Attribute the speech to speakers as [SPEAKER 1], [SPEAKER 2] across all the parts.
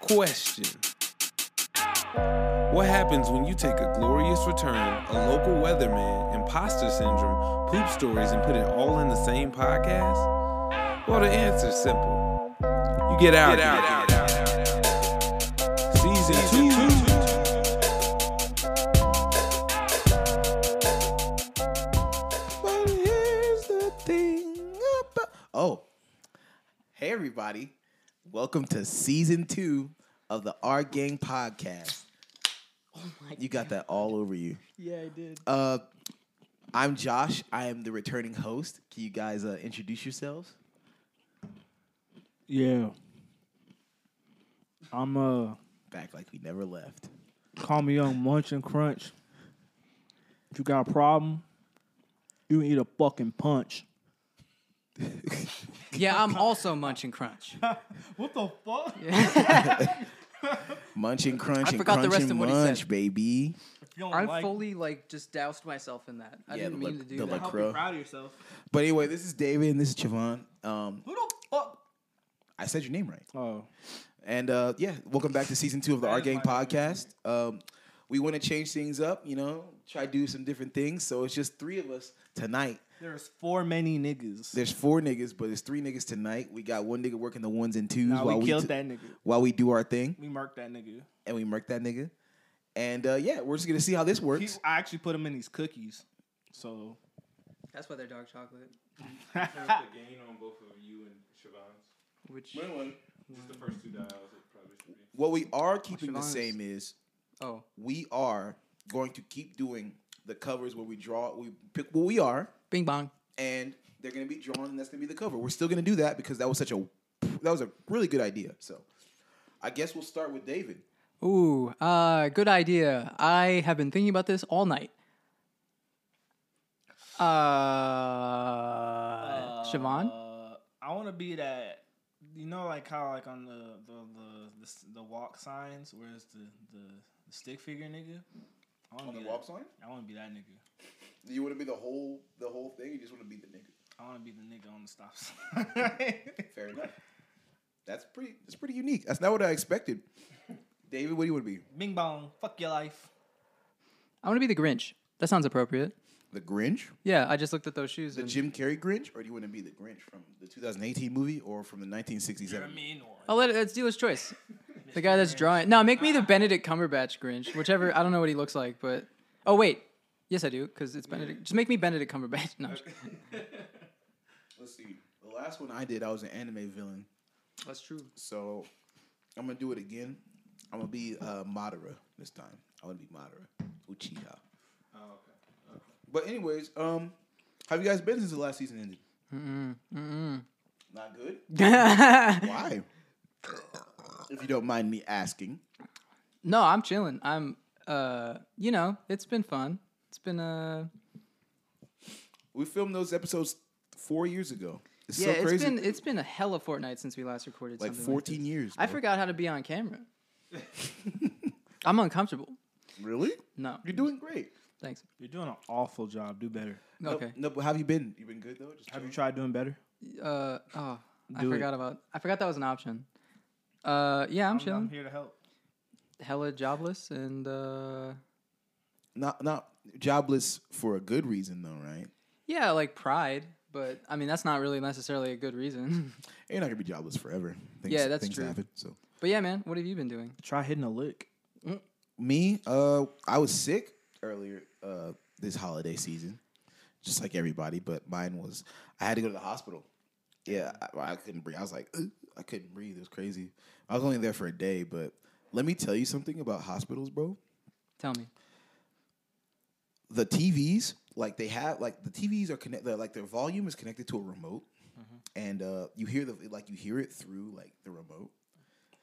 [SPEAKER 1] Question What happens when you take a glorious return, a local weatherman, imposter syndrome, poop stories, and put it all in the same podcast? Well, the answer's simple you get out. Season two.
[SPEAKER 2] But here's the thing about Oh. Hey everybody. Welcome to season two of the R Gang Podcast.
[SPEAKER 3] Oh
[SPEAKER 2] You got that all over you.
[SPEAKER 4] Yeah, I did.
[SPEAKER 2] Uh I'm Josh. I am the returning host. Can you guys uh, introduce yourselves?
[SPEAKER 4] Yeah. I'm uh
[SPEAKER 2] Back like we never left.
[SPEAKER 4] call me young munch and crunch. If you got a problem, you can eat a fucking punch.
[SPEAKER 3] Yeah, I'm also munching crunch.
[SPEAKER 4] What the fuck?
[SPEAKER 2] Munch and crunch
[SPEAKER 3] I
[SPEAKER 2] and
[SPEAKER 3] forgot
[SPEAKER 2] crunch
[SPEAKER 3] the rest
[SPEAKER 2] and
[SPEAKER 3] of what he said.
[SPEAKER 2] munch, baby.
[SPEAKER 3] I fully like just doused myself in that. I
[SPEAKER 2] Yeah,
[SPEAKER 3] didn't
[SPEAKER 2] the
[SPEAKER 3] mean
[SPEAKER 2] lac-
[SPEAKER 3] to do
[SPEAKER 2] the
[SPEAKER 3] that.
[SPEAKER 2] lac- Crow.
[SPEAKER 4] proud of yourself.
[SPEAKER 2] But anyway, this is David and this is Chavon. Um,
[SPEAKER 4] Who the fuck?
[SPEAKER 2] I said your name right.
[SPEAKER 4] Oh.
[SPEAKER 2] And uh, yeah, welcome back to season two of the R Gang podcast. Um, we want to change things up, you know, try to do some different things. So it's just three of us tonight.
[SPEAKER 4] There's four many niggas.
[SPEAKER 2] There's four niggas, but it's three niggas tonight. We got one nigga working the ones and twos
[SPEAKER 4] Nah,
[SPEAKER 2] while
[SPEAKER 4] we,
[SPEAKER 2] we,
[SPEAKER 4] killed
[SPEAKER 2] do-
[SPEAKER 4] that nigga.
[SPEAKER 2] while we do our thing,
[SPEAKER 4] We marked that nigga.
[SPEAKER 2] and we murk that nigga. And uh, yeah, we're just gonna see how this
[SPEAKER 4] He,
[SPEAKER 2] works.
[SPEAKER 4] I actually put him in these cookies. So
[SPEAKER 3] That's why they're dark chocolate.
[SPEAKER 5] Put the gain on both of you and Siobhan's.
[SPEAKER 3] Which
[SPEAKER 5] Just the first two dials, it probably should be.
[SPEAKER 2] What we are keeping the
[SPEAKER 3] What's your
[SPEAKER 2] same is
[SPEAKER 3] oh
[SPEAKER 2] we are going to keep doing the covers where we draw, we pick what we are,
[SPEAKER 3] bing bong.
[SPEAKER 2] and they're gonna be drawn, and that's gonna be the cover. We're still gonna do that because that was such a that was a really good idea. So I guess we'll start with David.
[SPEAKER 3] Ooh, uh, good idea. I have been thinking about this all night. Uh, Siobhan?
[SPEAKER 4] Uh, I want to be that. You know, like how like on the the the, the, s- the walk signs, where it's the, the the stick figure nigga. I want
[SPEAKER 2] On
[SPEAKER 4] to
[SPEAKER 2] the
[SPEAKER 4] be
[SPEAKER 2] walk
[SPEAKER 4] that.
[SPEAKER 2] sign,
[SPEAKER 4] I want to be that nigga.
[SPEAKER 2] do you want to be the whole the whole thing? You just want to be the nigga.
[SPEAKER 4] I want to be the nigga on the stop sign.
[SPEAKER 2] Fair enough. That's pretty. That's pretty unique. That's not what I expected. David, what do you want to be?
[SPEAKER 4] Bing bong, fuck your life.
[SPEAKER 3] I want to be the Grinch. That sounds appropriate.
[SPEAKER 2] The Grinch,
[SPEAKER 3] Yeah, I just looked at those shoes.
[SPEAKER 2] the
[SPEAKER 3] and-
[SPEAKER 2] Jim Carrey Grinch, or do you want to be the Grinch from the 2018 movie or from the
[SPEAKER 4] You're
[SPEAKER 2] 1967?
[SPEAKER 4] a mean one.
[SPEAKER 3] I'll let it, it's dealer's choice. The guy that's drawing. No, make me the Benedict Cumberbatch Grinch, whichever. I don't know what he looks like, but oh wait, yes I do, because it's Benedict. Just make me Benedict Cumberbatch. No,
[SPEAKER 2] Let's see. The last one I did, I was an anime villain.
[SPEAKER 3] that's true.
[SPEAKER 2] So I'm gonna do it again. I'm gonna be uh, Madara this time. I want to be Madara Uchiha.
[SPEAKER 5] Oh, okay.
[SPEAKER 2] But anyways, um, have you guys been since the last season ended? Mm-mm. Mm-mm. Not good. Why? if you don't mind me asking.
[SPEAKER 3] no, I'm chilling. I'm, uh, you know, it's been fun. It's been uh,
[SPEAKER 2] We filmed those episodes four years ago. It's
[SPEAKER 3] yeah,
[SPEAKER 2] so
[SPEAKER 3] it's
[SPEAKER 2] crazy.
[SPEAKER 3] been it's been a hell of fortnight since we last recorded.
[SPEAKER 2] like
[SPEAKER 3] something
[SPEAKER 2] 14 years.
[SPEAKER 3] I
[SPEAKER 2] bro.
[SPEAKER 3] forgot how to be on camera. I'm uncomfortable.
[SPEAKER 2] Really?
[SPEAKER 3] No,
[SPEAKER 2] You're doing great.
[SPEAKER 3] thanks.
[SPEAKER 4] You're doing an awful job. Do better.
[SPEAKER 2] No-
[SPEAKER 3] Okay.
[SPEAKER 2] No, but how have you been? You been good though? Just
[SPEAKER 4] Have you
[SPEAKER 2] chilling?
[SPEAKER 4] tried doing better?
[SPEAKER 3] Uh oh, I
[SPEAKER 4] Do it.
[SPEAKER 3] forgot about. I forgot that was an option. Uh, yeah,
[SPEAKER 4] I'm,
[SPEAKER 3] I'm
[SPEAKER 4] I'm
[SPEAKER 3] chilling.
[SPEAKER 4] here to help.
[SPEAKER 3] hella jobless and uh
[SPEAKER 2] Not not jobless for a good reason though, right?
[SPEAKER 3] yeah like pride but i mean that's not really necessarily a good reason
[SPEAKER 2] You're not gonna be jobless forever. Things,
[SPEAKER 3] Yeah, that's
[SPEAKER 2] things
[SPEAKER 3] true.
[SPEAKER 2] Happen, so
[SPEAKER 3] but yeah man what have you been doing
[SPEAKER 4] Try hitting a lick.
[SPEAKER 2] me, uh, I was sick earlier uh, this holiday season, just like everybody. But mine was I had to go to the hospital. Yeah, I, I couldn't breathe. I was like, "Ugh," I couldn't breathe. It was crazy. I was only there for a day, but let me tell you something about hospitals, bro.
[SPEAKER 3] tell me
[SPEAKER 2] The TVs, like they have, like the TVs are connected, like their volume is connected to a remote,
[SPEAKER 3] Mm-hmm.
[SPEAKER 2] and uh, you hear the like you hear it through like the remote.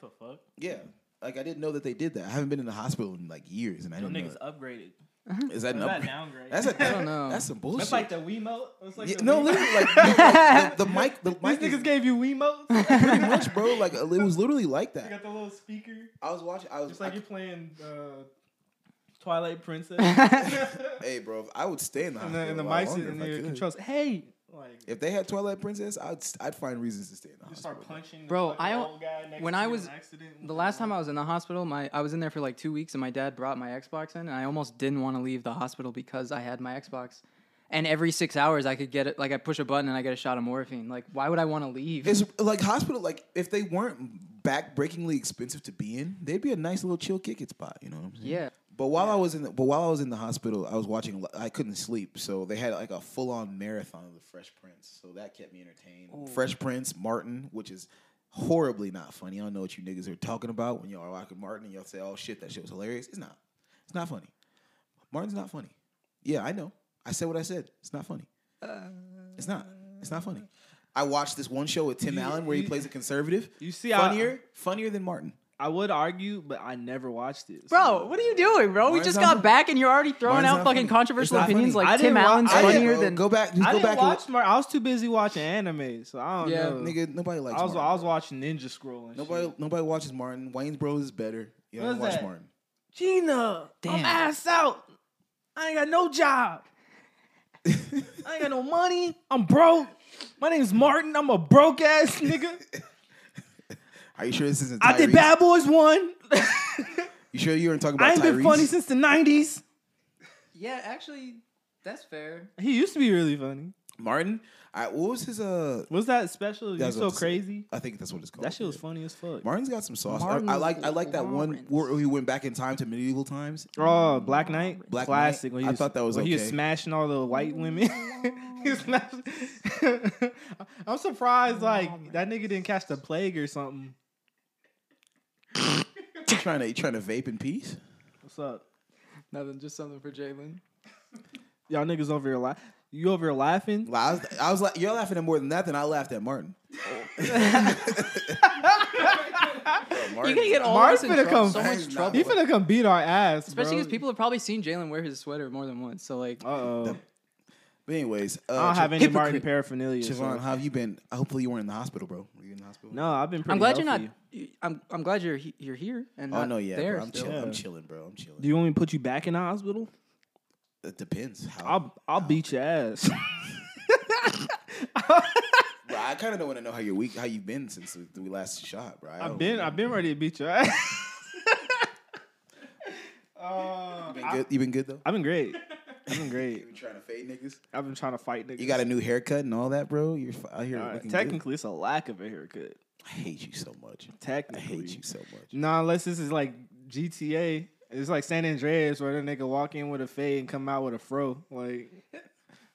[SPEAKER 4] What the fuck?
[SPEAKER 2] Yeah. Like I didn't know that they did that. I haven't been in the hospital in like years, and I
[SPEAKER 4] Them
[SPEAKER 2] don't know.
[SPEAKER 4] niggas upgraded.
[SPEAKER 2] it. Is that an
[SPEAKER 4] Is that
[SPEAKER 2] upgrade?
[SPEAKER 4] downgrade?
[SPEAKER 2] That's a,
[SPEAKER 3] I don't know.
[SPEAKER 2] That's some bullshit.
[SPEAKER 4] That's like the Wiimote. It's like
[SPEAKER 2] Yeah,
[SPEAKER 4] the
[SPEAKER 2] no,
[SPEAKER 4] Wiimote.
[SPEAKER 2] literally, like the, the, the mic, the
[SPEAKER 4] These
[SPEAKER 2] mic is
[SPEAKER 4] niggas gave you Wiimotes.
[SPEAKER 2] pretty much, bro. Like it was literally like
[SPEAKER 4] You
[SPEAKER 2] that.
[SPEAKER 4] got the little speaker.
[SPEAKER 2] I was watching. I was
[SPEAKER 4] Just like
[SPEAKER 2] I-
[SPEAKER 4] you're playing uh, Twilight Princess. and
[SPEAKER 2] hey, bro, if I would stay in the
[SPEAKER 4] the,
[SPEAKER 2] hospital.
[SPEAKER 4] and the
[SPEAKER 2] a lot
[SPEAKER 4] mice
[SPEAKER 2] longer
[SPEAKER 4] and
[SPEAKER 2] if I
[SPEAKER 4] the
[SPEAKER 2] could.
[SPEAKER 4] controls. Hey, Like,
[SPEAKER 2] If they had Twilight Princess, I'd I'd find reasons to stay in the
[SPEAKER 4] you
[SPEAKER 2] hospital.
[SPEAKER 4] start punching.
[SPEAKER 3] Bro,
[SPEAKER 4] the fucking
[SPEAKER 3] I don't-
[SPEAKER 4] old guy next
[SPEAKER 3] when
[SPEAKER 4] to
[SPEAKER 3] I
[SPEAKER 4] you in
[SPEAKER 3] was-
[SPEAKER 4] an accident
[SPEAKER 3] The last time I was in the hospital, my I was in there for like two weeks, and my dad brought my Xbox in, and I almost didn't want to leave the hospital because I had my Xbox, and every six hours I could get it, like I push a button and I get a shot of morphine. Like, why would I want to leave?
[SPEAKER 2] It's like hospital. Like if they weren't backbreakingly expensive to be in, they'd be a nice little chill kick it spot. You know what I'm saying?
[SPEAKER 3] yeah,
[SPEAKER 2] But while I was in, the, but while I was in the hospital, I was watching. li- I couldn't sleep, so they had like a full on marathon of The Fresh Prince. So that kept me entertained. Fresh Prince, Martin, which is horribly not funny. I don't know what you niggas are talking about when y'all are watching Martin and y'all say, "Oh shit, that shit was hilarious." It's not. It's not funny. Martin's not funny. Yeah, I know. I said what I said. It's not funny.
[SPEAKER 4] Uh,
[SPEAKER 2] it's not. It's not funny. I watched this one show with Tim
[SPEAKER 4] You-
[SPEAKER 2] Allen where he
[SPEAKER 4] you-
[SPEAKER 2] plays a conservative.
[SPEAKER 4] You see, I-
[SPEAKER 2] funnier, funnier than Martin.
[SPEAKER 4] I would argue, but I never watched it.
[SPEAKER 3] bro, what are you doing, bro? we
[SPEAKER 2] Mine's
[SPEAKER 3] just
[SPEAKER 2] not
[SPEAKER 3] got
[SPEAKER 2] funny.
[SPEAKER 3] back, and you're already throwing
[SPEAKER 2] Mine's
[SPEAKER 3] out
[SPEAKER 2] not funny.
[SPEAKER 3] fucking controversial
[SPEAKER 2] It's not
[SPEAKER 3] opinions
[SPEAKER 2] funny.
[SPEAKER 4] I
[SPEAKER 3] like Tim
[SPEAKER 4] didn't wa-
[SPEAKER 3] Allen's
[SPEAKER 4] I didn't-
[SPEAKER 3] funnier
[SPEAKER 2] Uh,
[SPEAKER 3] than.
[SPEAKER 2] go back. Just
[SPEAKER 4] I
[SPEAKER 2] go
[SPEAKER 4] didn't
[SPEAKER 2] back. and
[SPEAKER 4] watch. Mar- I was too busy watching anime, so I don't
[SPEAKER 3] Yeah.
[SPEAKER 4] know.
[SPEAKER 2] Nigga, nobody likes.
[SPEAKER 4] I was
[SPEAKER 2] Martin.
[SPEAKER 4] I was watching Ninja Scroll and
[SPEAKER 2] Nobody,
[SPEAKER 4] shit.
[SPEAKER 2] nobody watches Martin. Wayne's Bros is better. You
[SPEAKER 4] What
[SPEAKER 2] don't
[SPEAKER 4] is
[SPEAKER 2] watch
[SPEAKER 4] that?
[SPEAKER 2] Martin.
[SPEAKER 4] Gina,
[SPEAKER 3] Damn.
[SPEAKER 4] I'm ass out. I ain't got no job. I ain't got no money. I'm broke. My name's Martin. I'm a broke ass nigga.
[SPEAKER 2] Are you sure this isn't? Tyrese?
[SPEAKER 4] I did Bad Boys One.
[SPEAKER 2] You sure you weren't talking about
[SPEAKER 4] I ain't
[SPEAKER 2] Tyrese?
[SPEAKER 4] been funny since the '90s.
[SPEAKER 3] Yeah, actually, that's fair.
[SPEAKER 4] He used to be really funny.
[SPEAKER 2] Martin. I, what was his? Uh,
[SPEAKER 4] Was that special? You
[SPEAKER 2] That's
[SPEAKER 4] so
[SPEAKER 2] what-
[SPEAKER 4] crazy.
[SPEAKER 2] I think that's what it's called.
[SPEAKER 4] That shit was
[SPEAKER 2] Yeah.
[SPEAKER 4] funny as fuck.
[SPEAKER 2] Martin's got some sauce.
[SPEAKER 3] Martin
[SPEAKER 2] I, I like. I like that one
[SPEAKER 3] Lawrence.
[SPEAKER 2] where he went back in time to medieval times.
[SPEAKER 4] Oh, Black Knight,
[SPEAKER 2] Black
[SPEAKER 4] classic.
[SPEAKER 2] Knight?
[SPEAKER 4] When he
[SPEAKER 2] I thought that was
[SPEAKER 4] when he was
[SPEAKER 2] okay.
[SPEAKER 4] smashing all the white women. He was smashing- I'm
[SPEAKER 3] Oh
[SPEAKER 4] surprised, like that nigga didn't catch the plague or something.
[SPEAKER 2] You trying to you trying to vape in peace?
[SPEAKER 4] What's up,
[SPEAKER 3] Nothing, just something for Jalen.
[SPEAKER 4] y'all niggas over here laughing? You over here laughing?
[SPEAKER 2] Well, I was, I was like, you're laughing at more than that. Than I laughed at Martin. Oh.
[SPEAKER 3] You're gonna get all
[SPEAKER 4] Mark's
[SPEAKER 3] of us in
[SPEAKER 4] finna
[SPEAKER 3] trou-
[SPEAKER 4] come
[SPEAKER 3] so
[SPEAKER 2] back.
[SPEAKER 3] much
[SPEAKER 2] He's not
[SPEAKER 3] trouble.
[SPEAKER 4] You finna come beat our ass,
[SPEAKER 3] Especially because people have probably seen Jalen wear his sweater more than once. So like,
[SPEAKER 4] Uh oh,
[SPEAKER 2] But anyways, uh,
[SPEAKER 4] I don't have any Martin
[SPEAKER 2] hypocrite.
[SPEAKER 4] paraphernalia. so-
[SPEAKER 2] Siobhan, how have you been? Hopefully you weren't in the hospital, bro. Were you in the hospital?
[SPEAKER 4] No, I've been. Pretty
[SPEAKER 3] I'm glad you're not.
[SPEAKER 4] healthy.
[SPEAKER 3] I'm I'm glad you're he- you're here and
[SPEAKER 2] Oh
[SPEAKER 3] not
[SPEAKER 2] no, yeah,
[SPEAKER 3] there.
[SPEAKER 2] bro. I'm
[SPEAKER 3] still.
[SPEAKER 2] chilling. I'm
[SPEAKER 4] Yeah.
[SPEAKER 2] chilling, bro. I'm chilling.
[SPEAKER 4] Do you want me to put you back in the hospital?
[SPEAKER 2] It depends. How,
[SPEAKER 4] I'll I'll beat your ass.
[SPEAKER 2] Bro, I kind of don't want to know how your week, how you've been since we- we last shot, bro. I
[SPEAKER 4] I've
[SPEAKER 2] don't-
[SPEAKER 4] been I've been ready to beat your ass.
[SPEAKER 2] You been good. You been good though.
[SPEAKER 4] I've been great. I've been great.
[SPEAKER 2] You been trying to fade niggas.
[SPEAKER 4] I've been trying to fight niggas.
[SPEAKER 2] You got a new haircut and all that, bro. You're f- out here
[SPEAKER 4] All right,
[SPEAKER 2] looking
[SPEAKER 4] Uh, Technically, it's a lack of a haircut.
[SPEAKER 2] Good. I hate you so much. I
[SPEAKER 4] Technically,
[SPEAKER 2] hate you so much.
[SPEAKER 4] Nah, unless this is like GTA. It's like San Andreas where the nigga walk in with a fade and come out with a fro. Like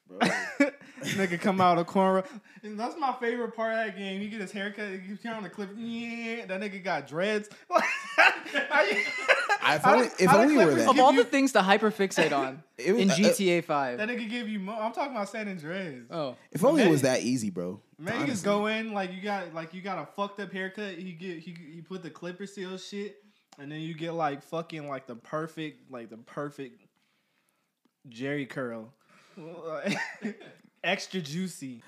[SPEAKER 2] Bro.
[SPEAKER 4] nigga come out a corner. And that's my favorite part of that game. You get his haircut, you turn on the clip. Yeah, that nigga got dreads.
[SPEAKER 2] I- if
[SPEAKER 4] I-
[SPEAKER 2] only, if
[SPEAKER 4] I
[SPEAKER 2] only we were
[SPEAKER 4] clippers
[SPEAKER 2] that.
[SPEAKER 3] of
[SPEAKER 4] give
[SPEAKER 3] all
[SPEAKER 4] you-
[SPEAKER 3] the things to hyperfixate on
[SPEAKER 2] It was-
[SPEAKER 3] in
[SPEAKER 2] uh, uh,
[SPEAKER 3] GTA Five.
[SPEAKER 4] that nigga give you. Mo- I'm talking about San Andreas.
[SPEAKER 3] oh,
[SPEAKER 2] if only it was
[SPEAKER 4] Man-
[SPEAKER 2] that easy, bro.
[SPEAKER 4] Man, you
[SPEAKER 2] Honestly.
[SPEAKER 4] just go in like you got like you got a fucked up haircut. You get he you put the clipper seal shit, and then you get like fucking like the perfect like the perfect Jerry curl, extra juicy.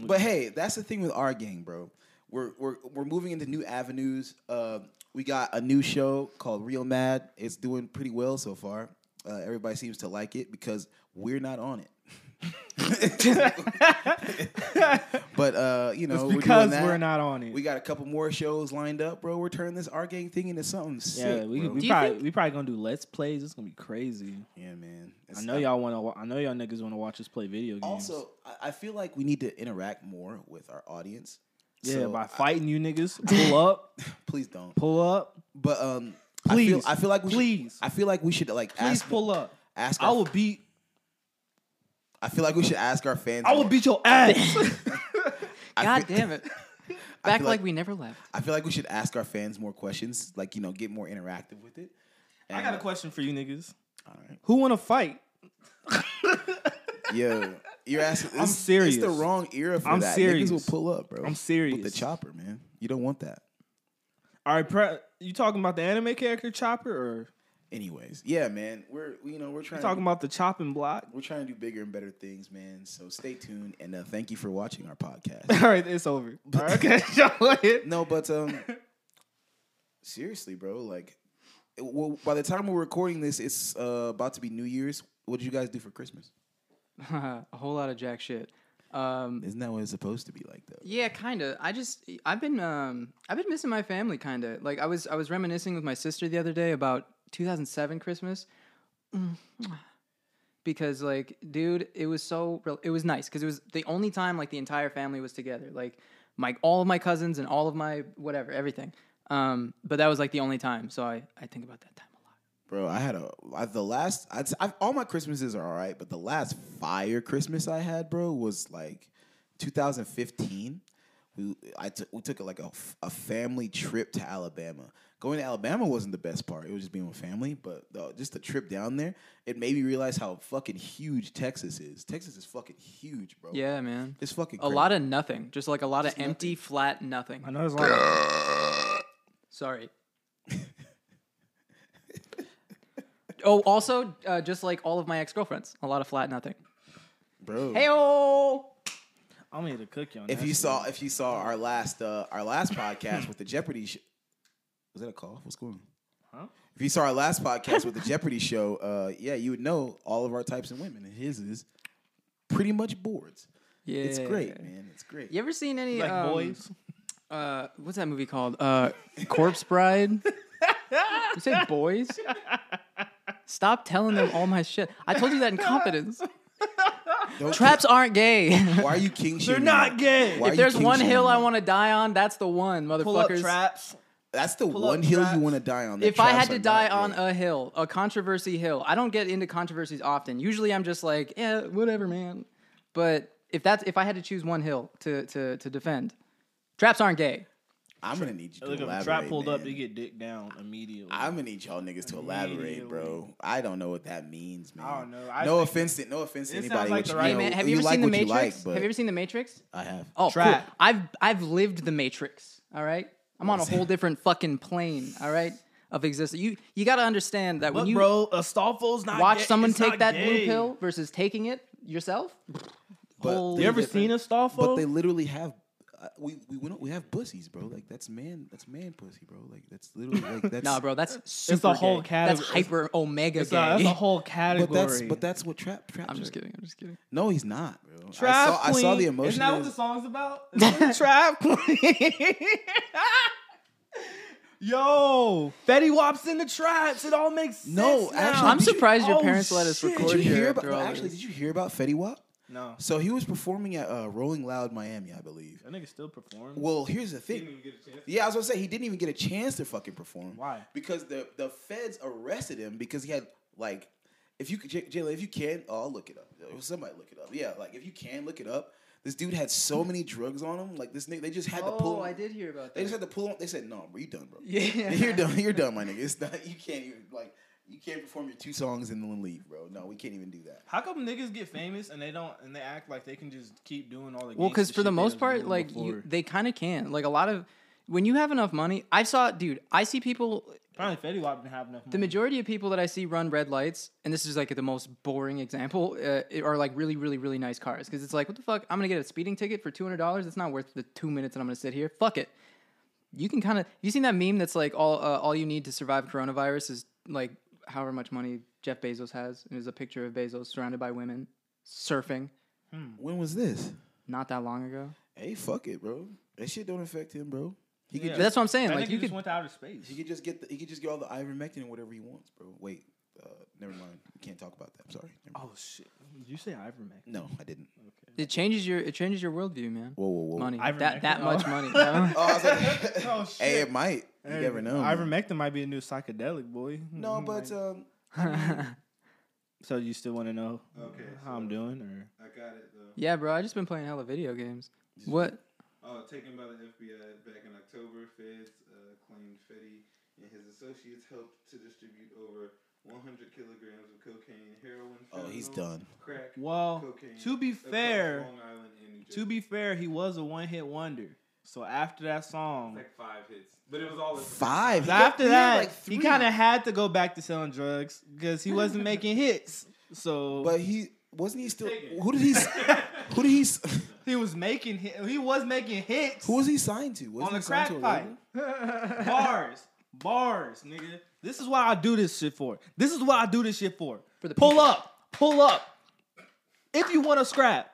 [SPEAKER 2] But hey, that's the thing with our gang, bro. We're we're we're moving into new avenues. Uh, we got a new show called Real Mad. It's doing pretty well so far. Uh, everybody seems to like it because we're not on it. but uh, you know,
[SPEAKER 4] It's
[SPEAKER 2] we're doing
[SPEAKER 4] because
[SPEAKER 2] that.
[SPEAKER 4] we're not on it.
[SPEAKER 2] We got a couple more shows lined up, bro. We're turning this our gang thing into something sick.
[SPEAKER 4] yeah, we,
[SPEAKER 2] bro.
[SPEAKER 4] we
[SPEAKER 3] Do you
[SPEAKER 4] probably
[SPEAKER 3] think-
[SPEAKER 4] we probably gonna do let's plays. It's gonna be crazy.
[SPEAKER 2] yeah, man.
[SPEAKER 4] I know y'all want to. I know y'all niggas want to watch us play video games.
[SPEAKER 2] Also, I- I feel like we need to interact more with our audience.
[SPEAKER 4] yeah,
[SPEAKER 2] So,
[SPEAKER 4] by
[SPEAKER 2] I-
[SPEAKER 4] fighting you niggas, pull up,
[SPEAKER 2] please don't.
[SPEAKER 4] pull up,
[SPEAKER 2] But um,
[SPEAKER 4] Please.
[SPEAKER 2] I feel, I feel like we
[SPEAKER 4] Please.
[SPEAKER 2] Should, I feel like we should like
[SPEAKER 4] please
[SPEAKER 2] ask
[SPEAKER 4] pull up.
[SPEAKER 2] ask.
[SPEAKER 4] I
[SPEAKER 2] Our,
[SPEAKER 4] will beat.
[SPEAKER 2] I feel like we should ask our fans.
[SPEAKER 4] I will
[SPEAKER 2] more.
[SPEAKER 4] beat your ass.
[SPEAKER 2] I
[SPEAKER 3] god
[SPEAKER 2] feel-
[SPEAKER 3] damn it! Back like,
[SPEAKER 2] like-
[SPEAKER 3] we never left.
[SPEAKER 2] I feel like we should ask our fans more questions. Like you know, get more interactive with it.
[SPEAKER 4] I got a question for you niggas.
[SPEAKER 2] All right.
[SPEAKER 4] Who want to fight?
[SPEAKER 2] Yo, you're asking. it's-
[SPEAKER 4] serious.
[SPEAKER 2] It's the wrong era for
[SPEAKER 4] I'm
[SPEAKER 2] that.
[SPEAKER 4] serious.
[SPEAKER 2] Niggas will pull up, bro.
[SPEAKER 4] I'm serious.
[SPEAKER 2] with the chopper, man. You don't want that.
[SPEAKER 4] All right, pre- you talking about the anime character Chopper, or
[SPEAKER 2] Anyways, yeah, man. We're we, you know we're
[SPEAKER 4] you
[SPEAKER 2] trying
[SPEAKER 4] talking
[SPEAKER 2] to,
[SPEAKER 4] about the chopping block?
[SPEAKER 2] we're trying to do bigger and better things, man. So stay tuned and uh, thank you for watching our podcast.
[SPEAKER 4] All right, it's over. All right, okay, y'all go ahead.
[SPEAKER 2] No, but um, seriously, bro. Like, it- well, by the time we're recording this, it's uh, about to be New Year's. What did you guys do for Christmas?
[SPEAKER 3] a whole lot of jack shit. Um,
[SPEAKER 2] Isn't that what it's supposed to be like though?
[SPEAKER 3] yeah, kind of. I just I've been um I've been missing my family kind of. Like I was I was reminiscing with my sister the other day about 2007 Christmas. Because like, dude, it was so rel- it was nice because it was the only time like the entire family was together. Like my all of my cousins and all of my whatever, everything. Um, but that was like the only time. So I I think about that time a lot.
[SPEAKER 2] Bro, I had a I, the last I'd, s- I've, all my Christmases are all right, but the last fire Christmas I had, bro, was like 2015. We I took we took like a, f- a family trip to Alabama. Going to Alabama wasn't the best part. It was just being with family, but the, just the trip down there, it made me realize how fucking huge Texas is. Texas is fucking huge, bro.
[SPEAKER 3] Yeah, man.
[SPEAKER 2] it's fucking
[SPEAKER 3] A lot of nothing, just like a lot of empty, flat nothing.
[SPEAKER 4] I know there's a lot of
[SPEAKER 3] Sorry. oh, also, uh, just like all of my ex girlfriends, a lot of flat nothing.
[SPEAKER 2] bro.
[SPEAKER 3] Hey, oh!
[SPEAKER 4] I'm here to cook you on
[SPEAKER 2] if
[SPEAKER 4] that
[SPEAKER 2] you
[SPEAKER 4] shit.
[SPEAKER 2] saw if you saw our last uh, our last podcast with the Jeopardy sh- was that a cough? What's going on?
[SPEAKER 4] Huh?
[SPEAKER 2] If you saw our last podcast with the Jeopardy show, uh, yeah, you would know all of our types of women, and his is pretty much boards.
[SPEAKER 3] Yeah.
[SPEAKER 2] It's great, man. It's great.
[SPEAKER 3] You ever seen any.
[SPEAKER 4] like
[SPEAKER 3] um,
[SPEAKER 4] boys.
[SPEAKER 3] Uh, what's that movie called? Uh, Corpse Bride? you say boys? Stop telling them all my shit. I told you that in confidence.
[SPEAKER 2] Don't-
[SPEAKER 3] Traps aren't gay.
[SPEAKER 2] Why are you king shaming?
[SPEAKER 4] not
[SPEAKER 2] them?
[SPEAKER 4] gay.
[SPEAKER 2] Why are
[SPEAKER 3] if
[SPEAKER 2] you
[SPEAKER 3] there's
[SPEAKER 2] king
[SPEAKER 3] one
[SPEAKER 2] shaming
[SPEAKER 3] hill I
[SPEAKER 2] them?
[SPEAKER 3] want to die on, that's the one, motherfuckers.
[SPEAKER 4] Pull up traps.
[SPEAKER 2] That's the
[SPEAKER 4] up
[SPEAKER 2] one hill you
[SPEAKER 4] traps.
[SPEAKER 2] want to die on. that
[SPEAKER 3] if I
[SPEAKER 2] traps
[SPEAKER 3] had to
[SPEAKER 2] are
[SPEAKER 3] die
[SPEAKER 2] not
[SPEAKER 3] on
[SPEAKER 2] gay.
[SPEAKER 3] a hill, a controversy hill, I don't get into controversies often. Usually, I'm just like, yeah, whatever, man. But if that's if I had to choose one hill to to to defend, traps aren't gay.
[SPEAKER 2] I'm gonna need you to
[SPEAKER 4] Look, if
[SPEAKER 2] elaborate.
[SPEAKER 4] a trap pulled up,
[SPEAKER 2] man.
[SPEAKER 4] you get dick down immediately.
[SPEAKER 2] I'm gonna need y'all niggas to elaborate, bro. I don't know what that means, man.
[SPEAKER 4] I don't know. I
[SPEAKER 2] no
[SPEAKER 4] think-
[SPEAKER 2] offense, to, no offense to
[SPEAKER 4] It sounds
[SPEAKER 2] anybody.
[SPEAKER 4] like
[SPEAKER 2] which,
[SPEAKER 4] the
[SPEAKER 2] you
[SPEAKER 4] right-
[SPEAKER 3] Hey,
[SPEAKER 2] know,
[SPEAKER 3] man, have you ever
[SPEAKER 2] like
[SPEAKER 3] seen the
[SPEAKER 2] what you
[SPEAKER 3] Matrix?
[SPEAKER 2] Like, but
[SPEAKER 3] have you ever seen the Matrix?
[SPEAKER 2] I have.
[SPEAKER 3] Oh,
[SPEAKER 4] Trap.
[SPEAKER 3] cool. I've I've lived the Matrix. All right, I'm on a whole different fucking plane. All right, of existence. You you got to understand that when
[SPEAKER 4] Look,
[SPEAKER 3] you
[SPEAKER 4] bro, Astolfo's not
[SPEAKER 3] watch
[SPEAKER 4] gay-
[SPEAKER 3] someone
[SPEAKER 4] it's
[SPEAKER 3] take
[SPEAKER 4] not
[SPEAKER 3] that blue
[SPEAKER 4] gay.
[SPEAKER 3] pill versus taking it yourself.
[SPEAKER 2] But
[SPEAKER 3] whole
[SPEAKER 2] they-
[SPEAKER 4] Oh, You ever seen
[SPEAKER 2] But
[SPEAKER 4] Astolfo?
[SPEAKER 2] they literally have. Uh, we we went, we have pussies, bro. Like that's man, that's man pussy, bro. Like that's literally like that's.
[SPEAKER 3] Nah, bro, that's super
[SPEAKER 4] a whole
[SPEAKER 3] gay. That's
[SPEAKER 4] categor-
[SPEAKER 3] hyper omega
[SPEAKER 4] It's a,
[SPEAKER 3] gay.
[SPEAKER 4] that's a whole category.
[SPEAKER 2] But that's but that's what trap trap.
[SPEAKER 3] I'm just kidding. I'm just kidding.
[SPEAKER 2] No, he's not, bro. I
[SPEAKER 4] Trap
[SPEAKER 2] saw, I saw
[SPEAKER 4] queen.
[SPEAKER 2] the emotion.
[SPEAKER 4] Isn't that what
[SPEAKER 2] is-
[SPEAKER 4] the song's about? It's like trap queen. Yo, Fetty Wap's in the traps. It all makes sense.
[SPEAKER 2] No,
[SPEAKER 4] now.
[SPEAKER 2] actually,
[SPEAKER 3] I'm
[SPEAKER 2] did you-
[SPEAKER 3] surprised your
[SPEAKER 4] oh,
[SPEAKER 3] parents let us
[SPEAKER 4] shit.
[SPEAKER 3] record
[SPEAKER 2] did you
[SPEAKER 3] here
[SPEAKER 2] hear
[SPEAKER 3] after
[SPEAKER 2] about?
[SPEAKER 3] all
[SPEAKER 2] Actually,
[SPEAKER 3] this.
[SPEAKER 2] did you hear about Fetty Wap?
[SPEAKER 4] No,
[SPEAKER 2] So he was performing at uh, Rolling Loud Miami, I believe.
[SPEAKER 4] that nigga still performs.
[SPEAKER 2] Well, here's the thing.
[SPEAKER 5] You get a chance.
[SPEAKER 2] Yeah, I was gonna say he didn't even get a chance to fucking perform.
[SPEAKER 4] Why?
[SPEAKER 2] Because the the feds arrested him because he had like, if you could, J- Jalen, if you can, oh, I'll look it up. Or Somebody look it up. Yeah, like if you can look it up. This dude had so many drugs on him. Like this nigga, they just had to pull.
[SPEAKER 3] Oh,
[SPEAKER 2] him-
[SPEAKER 3] I did hear about
[SPEAKER 2] They just
[SPEAKER 3] that.
[SPEAKER 2] had to pull him. They said, "No, bro, you done, bro.
[SPEAKER 3] Yeah.
[SPEAKER 2] you're done. You're done, my nigga. It's not. You can't even like. You can't perform your two songs and then leave, bro. No, we can't even do that.
[SPEAKER 4] How come niggas get famous and they don't and they act like they can just keep doing all the
[SPEAKER 3] Well, because
[SPEAKER 4] gangsta
[SPEAKER 3] for
[SPEAKER 4] shit
[SPEAKER 3] the
[SPEAKER 4] they
[SPEAKER 3] most
[SPEAKER 4] was
[SPEAKER 3] part,
[SPEAKER 4] doing
[SPEAKER 3] like
[SPEAKER 4] before?
[SPEAKER 3] you, they kind of can. Like a lot of when you have enough money, I saw, dude. I see people.
[SPEAKER 4] probably Fetty Wap didn't have enough. Money.
[SPEAKER 3] The majority of people that I see run red lights, and this is like the most boring example, uh, it- are like really, really, really nice cars. Because it's like, what the fuck? I'm gonna get a speeding ticket for two hundred dollars. It's not worth the two minutes that I'm gonna sit here. Fuck it. You can kind of. You seen that meme that's like all uh, all you need to survive coronavirus is like however much money Jeff Bezos has, and there's a picture of Bezos surrounded by women surfing.
[SPEAKER 2] When was this?
[SPEAKER 3] Not that long ago.
[SPEAKER 2] Hey, fuck it, bro. That shit don't affect him, bro. He could
[SPEAKER 4] Yeah.
[SPEAKER 3] But that's what I'm saying.
[SPEAKER 4] that
[SPEAKER 3] like
[SPEAKER 4] nigga
[SPEAKER 3] you
[SPEAKER 4] just
[SPEAKER 3] could.
[SPEAKER 4] went to outer space.
[SPEAKER 2] He could just get the, he could just get all the ivermectin and whatever he wants, bro. Wait, uh, never mind. We can't talk about that. I'm sorry. Never mind.
[SPEAKER 4] oh shit! Did you say ivermectin?
[SPEAKER 2] No, I didn't.
[SPEAKER 3] It changes your. It changes your worldview, man.
[SPEAKER 2] Whoa, whoa, whoa.
[SPEAKER 3] Money.
[SPEAKER 4] Ivermectin?
[SPEAKER 3] That that
[SPEAKER 4] Oh.
[SPEAKER 3] much money. no?
[SPEAKER 2] Oh, I was like,
[SPEAKER 4] Oh, shit.
[SPEAKER 2] Hey, it might. You never know. man.
[SPEAKER 4] Ivermectin Mm, might be a new psychedelic, boy. Mm-hmm.
[SPEAKER 2] no, but um,
[SPEAKER 4] so you still want to know
[SPEAKER 5] Okay,
[SPEAKER 4] how I'm
[SPEAKER 5] so-
[SPEAKER 4] doing, or
[SPEAKER 5] I got it though.
[SPEAKER 3] yeah, bro. I just been playing hella video games. What?
[SPEAKER 5] Oh, taken by the FBI back in October, feds uh, claimed Fetty and his associates helped to distribute over 100 kilograms of cocaine, heroin,
[SPEAKER 2] oh, he's
[SPEAKER 5] fentanyl,
[SPEAKER 2] done.
[SPEAKER 5] crack,
[SPEAKER 4] well,
[SPEAKER 5] cocaine.
[SPEAKER 4] to be
[SPEAKER 5] across
[SPEAKER 4] fair,
[SPEAKER 5] Long Island and New Jersey.
[SPEAKER 4] to be fair, he was a one-hit wonder. So after that
[SPEAKER 5] It's
[SPEAKER 4] song,
[SPEAKER 5] like five hits, but it was all at the same
[SPEAKER 2] Five.
[SPEAKER 5] time.
[SPEAKER 4] So after
[SPEAKER 2] He had
[SPEAKER 4] that,
[SPEAKER 2] like
[SPEAKER 4] he
[SPEAKER 2] three.
[SPEAKER 4] kind of had to go back to selling drugs because he wasn't making hits. So
[SPEAKER 2] But he wasn't he still?
[SPEAKER 5] Take it.
[SPEAKER 2] Who did he? s- who did he? s-
[SPEAKER 4] he was making hit, he was making hits
[SPEAKER 2] Who was he signed to? Was
[SPEAKER 4] on
[SPEAKER 2] he
[SPEAKER 4] the
[SPEAKER 2] signed
[SPEAKER 4] crack
[SPEAKER 2] to a
[SPEAKER 4] pipe.
[SPEAKER 2] label?
[SPEAKER 4] bars, bars, nigga. This is what I do this shit for. This is what I do this shit for.
[SPEAKER 3] For the
[SPEAKER 4] pull
[SPEAKER 3] people.
[SPEAKER 4] up, pull up. If you want to scrap,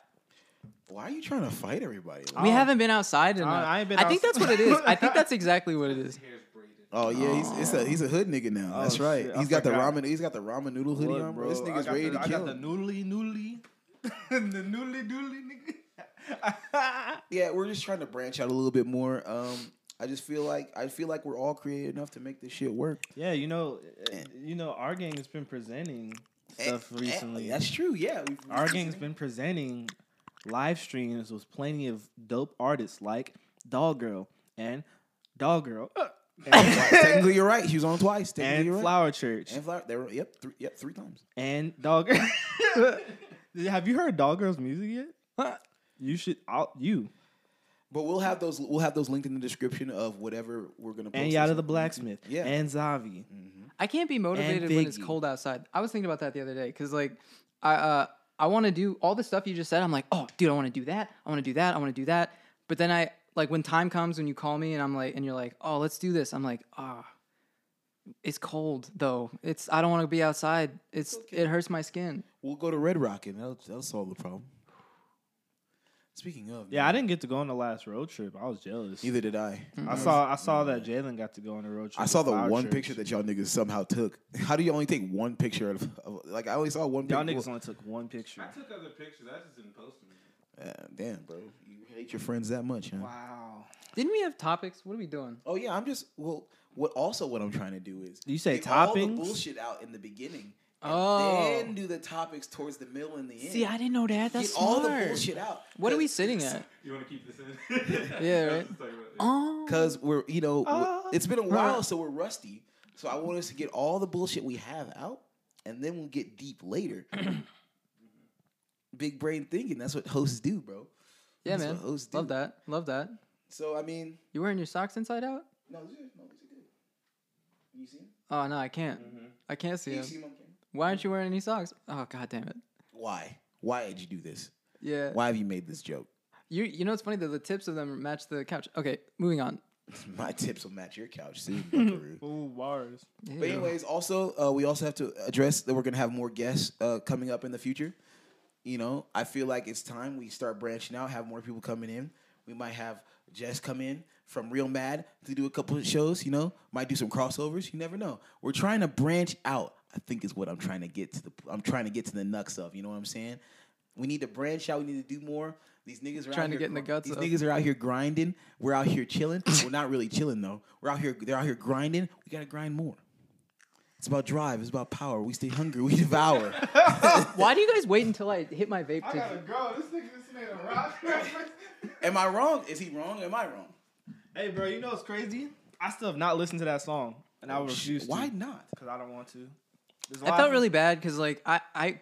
[SPEAKER 2] Why are you trying to fight everybody?
[SPEAKER 3] We
[SPEAKER 4] Oh.
[SPEAKER 3] haven't been outside enough.
[SPEAKER 4] I ain't been
[SPEAKER 3] think that's what it is. I think that's exactly what it is.
[SPEAKER 5] Hair's braided.
[SPEAKER 2] oh yeah, he's it's a he's a hood nigga now.
[SPEAKER 4] Oh,
[SPEAKER 2] That's right.
[SPEAKER 4] shit, I
[SPEAKER 2] He's got the
[SPEAKER 4] forgot.
[SPEAKER 2] ramen. He's got the ramen noodle hoodie on, bro. This
[SPEAKER 4] I
[SPEAKER 2] nigga's
[SPEAKER 4] got
[SPEAKER 2] ready
[SPEAKER 4] the,
[SPEAKER 2] to
[SPEAKER 4] I
[SPEAKER 2] kill.
[SPEAKER 4] got the
[SPEAKER 2] him.
[SPEAKER 4] noodly noodly, the noodly doodly nigga.
[SPEAKER 2] Yeah, we're just trying to branch out a little bit more. Um, I just feel like I feel like we're all creative enough to make this shit work.
[SPEAKER 4] yeah, you know, uh, you know, our gang has been presenting stuff
[SPEAKER 2] Eh, eh,
[SPEAKER 4] recently.
[SPEAKER 2] That's true. Yeah, we've-
[SPEAKER 4] our gang's been presenting live streams with plenty of dope artists like Doll Girl and Doll Girl
[SPEAKER 2] Uh,
[SPEAKER 4] and,
[SPEAKER 2] Technically, you're right. She was on twice. Technically,
[SPEAKER 4] and
[SPEAKER 2] you're right.
[SPEAKER 4] Flower Church
[SPEAKER 2] And flower. They were yep, three, yep, three times.
[SPEAKER 4] and Doll Girl. Have you heard Doll Girl's music yet? You should. I'll, you
[SPEAKER 2] But we'll have those. We'll have those linked in the description of whatever we're gonna. Post
[SPEAKER 4] and
[SPEAKER 2] this
[SPEAKER 4] Yada the
[SPEAKER 2] week.
[SPEAKER 4] Blacksmith
[SPEAKER 2] Yeah. Mm-hmm.
[SPEAKER 4] and Zavi.
[SPEAKER 3] I can't be motivated when it's
[SPEAKER 4] Biggie.
[SPEAKER 3] cold outside. I was thinking about that the other day because like I uh, I want to do all the stuff you just said. I'm like, oh, dude, I want to do that. I want to do that. I want to do that. But then I like when time comes when you call me and I'm like and you're like, oh, let's do this. I'm like, ah, it's cold though. It's I don't want to be outside. It's it hurts my skin.
[SPEAKER 2] We'll go to Red Rock and that'll, that'll solve the problem. Speaking of,
[SPEAKER 4] Yeah, I
[SPEAKER 2] man,
[SPEAKER 4] didn't get to go on the last road trip. I was jealous.
[SPEAKER 2] Neither did I.
[SPEAKER 4] I saw I saw that Jalen got to go on a road trip.
[SPEAKER 2] I saw
[SPEAKER 4] with
[SPEAKER 2] the
[SPEAKER 4] Flower
[SPEAKER 2] one
[SPEAKER 4] Church.
[SPEAKER 2] picture that y'all niggas somehow took. How do you only take one picture of? of like I only saw one.
[SPEAKER 4] y'all
[SPEAKER 2] picture.
[SPEAKER 4] niggas only took one picture.
[SPEAKER 5] I took other pictures. I just didn't post them.
[SPEAKER 2] Uh, damn, bro, you hate your friends that much, huh?
[SPEAKER 4] Wow.
[SPEAKER 3] Didn't we have topics? What are we doing?
[SPEAKER 2] Oh yeah, I'm just well. What also what I'm trying to do is
[SPEAKER 4] You say
[SPEAKER 2] get all the
[SPEAKER 4] toppings?
[SPEAKER 2] bullshit out in the beginning, and
[SPEAKER 3] Oh.
[SPEAKER 2] then do the topics towards the middle and the end.
[SPEAKER 3] See, I didn't know that. That's
[SPEAKER 2] get all the
[SPEAKER 3] smart.
[SPEAKER 2] bullshit out.
[SPEAKER 3] What are we
[SPEAKER 2] 'Cause-
[SPEAKER 3] sitting at?
[SPEAKER 5] You want to keep this in?
[SPEAKER 3] Yeah,
[SPEAKER 5] I
[SPEAKER 3] right.
[SPEAKER 5] was just talking about-
[SPEAKER 3] Oh,
[SPEAKER 2] Because we're, you know, w-
[SPEAKER 4] Ah.
[SPEAKER 2] it's been a while, so we're rusty. So I want us to get all the bullshit we have out, and then we'll get deep later. Big brain thinking. That's what hosts do, bro.
[SPEAKER 3] yeah,
[SPEAKER 2] That's
[SPEAKER 3] man.
[SPEAKER 2] what hosts do.
[SPEAKER 3] Love that. Love that.
[SPEAKER 2] So, I mean,
[SPEAKER 3] You wearing your socks inside out?
[SPEAKER 2] no, it's good. No, it's good. You see him?
[SPEAKER 3] Oh no, I can't. I can't see
[SPEAKER 2] You
[SPEAKER 3] him.
[SPEAKER 2] see him on camera?
[SPEAKER 3] Why aren't you wearing any socks? Oh god damn it.
[SPEAKER 2] Why? Why did you do this?
[SPEAKER 3] Yeah.
[SPEAKER 2] Why have you made this joke?
[SPEAKER 3] You you know it's funny that the tips of them match the couch. Okay, moving on.
[SPEAKER 2] My tips will match your couch soon, buckaroo.
[SPEAKER 4] Ooh, bars.
[SPEAKER 2] But anyways, also uh, we also have to address that we're gonna have more guests uh, coming up in the future. You know, I feel like it's time we start branching out, have more people coming in. We might have Jess come in from Real Mad to do a couple of shows. You know, might do some crossovers. You never know. We're trying to branch out. I think is what I'm trying to get to the. I'm trying to get to the nux of. You know what I'm saying? We need to branch out. We need to do more. These niggas are out
[SPEAKER 3] Trying to
[SPEAKER 2] here
[SPEAKER 3] get in the
[SPEAKER 2] gr-
[SPEAKER 3] guts
[SPEAKER 2] These
[SPEAKER 3] of-
[SPEAKER 2] niggas are out here grinding. We're out here chilling. We're not really chilling though. We're out here. They're out here grinding. We gotta grind more. It's about drive. It's about power. We stay hungry. We devour.
[SPEAKER 3] Why do you guys wait until I hit my vape
[SPEAKER 5] I gotta
[SPEAKER 3] to
[SPEAKER 5] go. This nigga just made a rock reference.
[SPEAKER 2] Am I wrong? Is he wrong? Am I wrong?
[SPEAKER 4] Hey, bro, you know what's crazy? I still have not listened to that song, and I refuse to.
[SPEAKER 2] Why not?
[SPEAKER 4] Because I don't want to. There's a
[SPEAKER 3] I
[SPEAKER 4] lot
[SPEAKER 3] felt
[SPEAKER 4] of-
[SPEAKER 3] really bad cuz like I I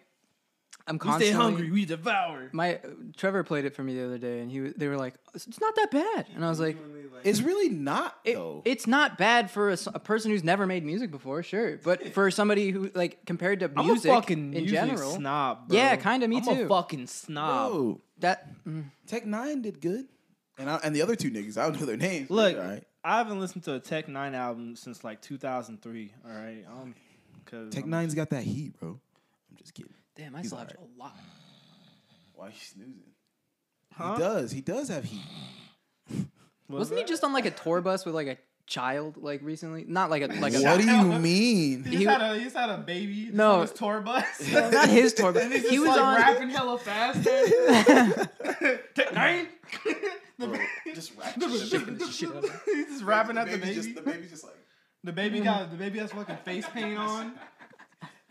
[SPEAKER 3] I'm
[SPEAKER 4] We
[SPEAKER 3] constantly
[SPEAKER 4] stay hungry, we devour.
[SPEAKER 3] My Trevor played it for me the other day and he was- they were like it's not that bad. And I was like
[SPEAKER 2] It's really not
[SPEAKER 3] it-
[SPEAKER 2] though.
[SPEAKER 3] it's not bad for a, s- a person who's never made music before, sure, but for somebody who like compared to
[SPEAKER 4] I'm
[SPEAKER 3] music
[SPEAKER 4] a fucking
[SPEAKER 3] in
[SPEAKER 4] music
[SPEAKER 3] general,
[SPEAKER 4] snob, bro.
[SPEAKER 3] Yeah, kinda, me
[SPEAKER 4] I'm
[SPEAKER 3] too.
[SPEAKER 4] a fucking snob.
[SPEAKER 2] Whoa.
[SPEAKER 3] that mm,
[SPEAKER 2] Tech Nine did good, and I, and the other two niggas. I don't know their names. but
[SPEAKER 4] Look,
[SPEAKER 2] all right.
[SPEAKER 4] I haven't listened to a Tech Nine album since like 2003. All right, um, cause
[SPEAKER 2] Tech
[SPEAKER 4] I'm-
[SPEAKER 2] Nine's got that heat, bro. I'm just kidding.
[SPEAKER 3] damn, I
[SPEAKER 2] He's
[SPEAKER 3] slept
[SPEAKER 2] alright.
[SPEAKER 3] a lot.
[SPEAKER 2] Why are you snoozing?
[SPEAKER 4] Huh?
[SPEAKER 2] He does. He does have heat.
[SPEAKER 4] What was
[SPEAKER 3] Wasn't he
[SPEAKER 4] that?
[SPEAKER 3] just on like a tour bus with like a child like recently? Not like a like
[SPEAKER 2] what
[SPEAKER 3] a
[SPEAKER 2] do you mean?
[SPEAKER 4] He,
[SPEAKER 3] he-
[SPEAKER 4] just had a, he just had a baby
[SPEAKER 3] No.
[SPEAKER 4] on his tour bus.
[SPEAKER 3] not his tour bus.
[SPEAKER 4] And he's
[SPEAKER 3] He
[SPEAKER 4] just,
[SPEAKER 3] was
[SPEAKER 4] like,
[SPEAKER 3] on
[SPEAKER 4] rapping hella fast. Tech Nine. The
[SPEAKER 2] Bro,
[SPEAKER 4] ba-
[SPEAKER 2] just rap.
[SPEAKER 4] He's just rapping at the baby.
[SPEAKER 2] Just, the baby's just like.
[SPEAKER 4] The baby got the baby has fucking face paint on.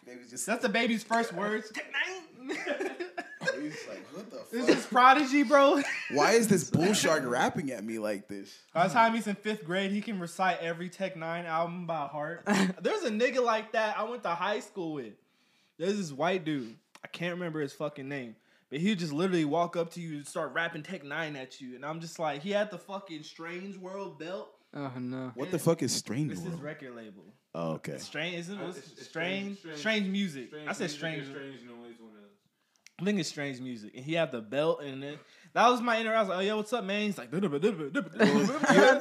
[SPEAKER 2] Baby's just.
[SPEAKER 4] That's the baby's first words.
[SPEAKER 2] baby's just like what the
[SPEAKER 4] this
[SPEAKER 2] fuck?
[SPEAKER 4] is prodigy, bro.
[SPEAKER 2] Why is this bull shark rapping at me like this?
[SPEAKER 4] By the time he's in fifth grade, he can recite every Tech Nine album by heart. There's a nigga like that I went to high school with. There's this white dude. I can't remember his fucking name. But he would just literally walk up to you and start rapping Tech Nine at you. And I'm just like, he had the fucking Strange World belt.
[SPEAKER 3] Oh no.
[SPEAKER 2] What the fuck is strange?
[SPEAKER 4] It's his
[SPEAKER 2] World?
[SPEAKER 4] record label.
[SPEAKER 2] Oh, okay.
[SPEAKER 4] Strange, isn't it?
[SPEAKER 5] Uh,
[SPEAKER 4] What's-
[SPEAKER 5] it's- it's
[SPEAKER 4] strange,
[SPEAKER 5] strange-
[SPEAKER 4] strange,
[SPEAKER 5] strange-
[SPEAKER 4] music. I
[SPEAKER 5] music
[SPEAKER 4] said
[SPEAKER 5] or
[SPEAKER 4] strange.
[SPEAKER 5] strange noise. One of those.
[SPEAKER 4] I think it's strange music, and he had the belt, and it, that was my interaction. I was like, "Oh yo, what's up, man?" He's like, "Dibba, dibba, dibba, dibba, dibba."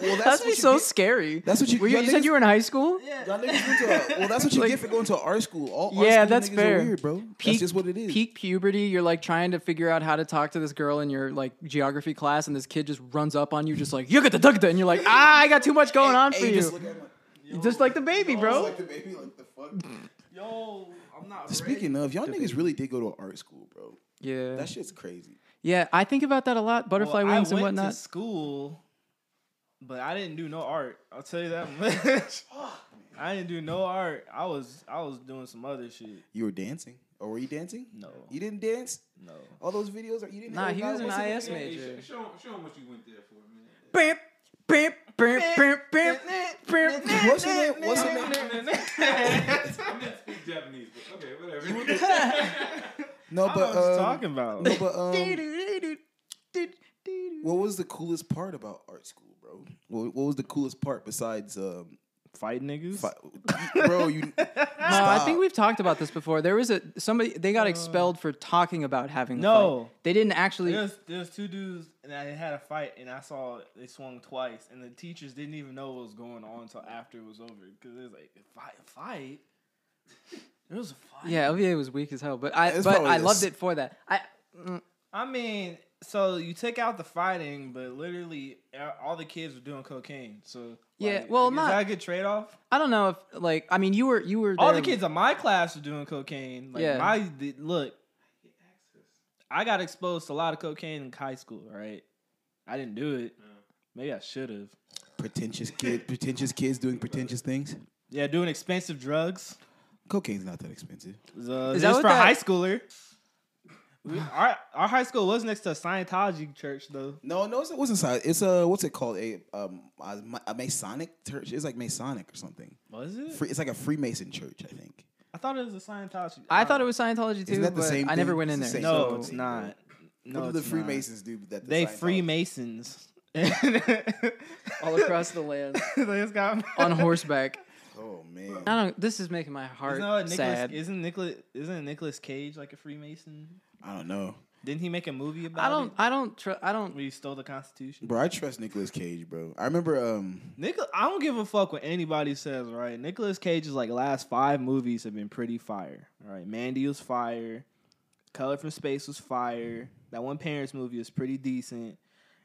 [SPEAKER 2] well, that's
[SPEAKER 3] That's
[SPEAKER 2] what
[SPEAKER 3] be
[SPEAKER 2] you
[SPEAKER 3] so
[SPEAKER 2] get-
[SPEAKER 3] scary.
[SPEAKER 2] That's what you-
[SPEAKER 3] Were you,
[SPEAKER 2] y'all
[SPEAKER 3] you said.
[SPEAKER 2] niggas-
[SPEAKER 3] You were in high school.
[SPEAKER 2] Y'all niggas went to a, well, that's what you
[SPEAKER 3] Like-
[SPEAKER 2] get for going to an art school. All art
[SPEAKER 3] Yeah,
[SPEAKER 2] school
[SPEAKER 3] that's
[SPEAKER 2] niggas are
[SPEAKER 3] fair.
[SPEAKER 2] weird, bro.
[SPEAKER 3] Peak-
[SPEAKER 2] that's just what it is.
[SPEAKER 3] Peak puberty, you're like trying to figure out how to talk to this girl in your like geography class, and this kid just runs up on you, just like you get the duck and you're like, ah, I got too much going on for
[SPEAKER 2] And you
[SPEAKER 3] you,
[SPEAKER 2] just look at him like,
[SPEAKER 3] You're just like the baby,
[SPEAKER 2] just
[SPEAKER 3] bro.
[SPEAKER 2] like the baby, like the fuck.
[SPEAKER 4] Yo, I'm not. ready.
[SPEAKER 2] Speaking of, y'all niggas really did go to an art school, bro.
[SPEAKER 3] Yeah,
[SPEAKER 2] That shit's crazy.
[SPEAKER 3] yeah. I think about that a lot.
[SPEAKER 4] Well,
[SPEAKER 3] Butterfly wings
[SPEAKER 4] I
[SPEAKER 3] and
[SPEAKER 4] went to
[SPEAKER 3] whatnot.
[SPEAKER 4] school, but I didn't do no art. I'll tell you that much. I didn't do no art. I was I was doing some other shit.
[SPEAKER 2] You were dancing, or were you dancing?
[SPEAKER 4] No,
[SPEAKER 2] You didn't dance.
[SPEAKER 4] no.
[SPEAKER 2] All those videos, are you didn't.
[SPEAKER 3] Nah,
[SPEAKER 2] have
[SPEAKER 3] he
[SPEAKER 2] a
[SPEAKER 3] was an
[SPEAKER 2] guy-
[SPEAKER 3] IS
[SPEAKER 5] Hey, hey,
[SPEAKER 3] major.
[SPEAKER 5] sh- show, show 'em what you went there for a minute.
[SPEAKER 3] Bam, bam, bam, bam, bam, bam.
[SPEAKER 2] What's your name? What's your name?
[SPEAKER 5] I meant to speak Japanese, but okay, whatever.
[SPEAKER 2] No,
[SPEAKER 4] I
[SPEAKER 2] but
[SPEAKER 4] don't know what you're
[SPEAKER 2] um,
[SPEAKER 4] talking about.
[SPEAKER 2] No, but um, what was the coolest part about art school, bro? What, what was the coolest part besides um,
[SPEAKER 4] Fight niggas.
[SPEAKER 2] fi- bro? You
[SPEAKER 3] No, I
[SPEAKER 2] Stop.
[SPEAKER 3] think we've talked about this before. There was a somebody they got expelled for talking about having the
[SPEAKER 4] No.
[SPEAKER 3] fight. They didn't actually.
[SPEAKER 4] There's there's two dudes and I had a fight and I saw they swung twice and the teachers didn't even know what was going on until after it was over because it was like a fight a fight. There was a fight.
[SPEAKER 3] Yeah, LVA was weak as hell, but I
[SPEAKER 2] It's
[SPEAKER 3] but
[SPEAKER 2] probably
[SPEAKER 3] I
[SPEAKER 2] a
[SPEAKER 3] loved
[SPEAKER 2] s-
[SPEAKER 3] it for that. I
[SPEAKER 4] I mean, so you take out the fighting, but literally a- all the kids were doing cocaine. So
[SPEAKER 3] Yeah,
[SPEAKER 4] like,
[SPEAKER 3] well,
[SPEAKER 4] is
[SPEAKER 3] not-
[SPEAKER 4] that a good trade off?
[SPEAKER 3] I don't know if like I mean you were you were
[SPEAKER 4] All
[SPEAKER 3] there-
[SPEAKER 4] the kids in my class were doing cocaine. Like
[SPEAKER 3] Yeah.
[SPEAKER 4] my the, look, I got exposed to a lot of cocaine in high school. Right, I didn't do it. Maybe I should have.
[SPEAKER 2] pretentious kid, pretentious kids doing pretentious things.
[SPEAKER 4] Yeah, doing expensive drugs.
[SPEAKER 2] Cocaine's not that expensive.
[SPEAKER 4] Uh,
[SPEAKER 3] Is
[SPEAKER 4] Is
[SPEAKER 3] that what
[SPEAKER 4] for a
[SPEAKER 3] that-
[SPEAKER 4] high schooler? We, our our high school was next to a Scientology church though.
[SPEAKER 2] No, no, it's- it wasn't side. It's a what's it called? A um a, Ma- a Masonic church. It's like Masonic or something.
[SPEAKER 4] Was it?
[SPEAKER 2] Free, it's like a Freemason church, I think.
[SPEAKER 4] I thought it was a Scientology. uh,
[SPEAKER 3] I thought it was Scientology too,
[SPEAKER 2] Isn't that the
[SPEAKER 3] but
[SPEAKER 2] same
[SPEAKER 3] I never
[SPEAKER 2] thing?
[SPEAKER 3] went in there.
[SPEAKER 2] It's the same
[SPEAKER 4] No,
[SPEAKER 2] Scientology,
[SPEAKER 4] it's
[SPEAKER 2] bro.
[SPEAKER 4] not. No,
[SPEAKER 2] what do the
[SPEAKER 4] it's not.
[SPEAKER 2] Freemasons do? That the
[SPEAKER 4] They
[SPEAKER 2] Scientology-
[SPEAKER 4] Freemasons.
[SPEAKER 3] all across the land
[SPEAKER 4] they just got
[SPEAKER 3] on horseback.
[SPEAKER 2] Oh man,
[SPEAKER 3] I don't. This is making my heart
[SPEAKER 4] Isn't, that what Nicolas,
[SPEAKER 3] sad.
[SPEAKER 4] isn't Nicholas isn't Nicholas Cage like a Freemason?
[SPEAKER 2] I don't know,
[SPEAKER 4] Didn't he make a movie about
[SPEAKER 3] I don't.
[SPEAKER 4] it?
[SPEAKER 3] I don't. Tr- I don't.
[SPEAKER 4] Where he stole the Constitution.
[SPEAKER 2] bro. I trust Nicolas Cage, bro. I remember um
[SPEAKER 4] Nichol- I don't give a fuck what anybody says, right? Nicolas Cage's like last five movies have been pretty fire. All right, Mandy was fire, Color from Space was fire. That one Parents movie was pretty decent,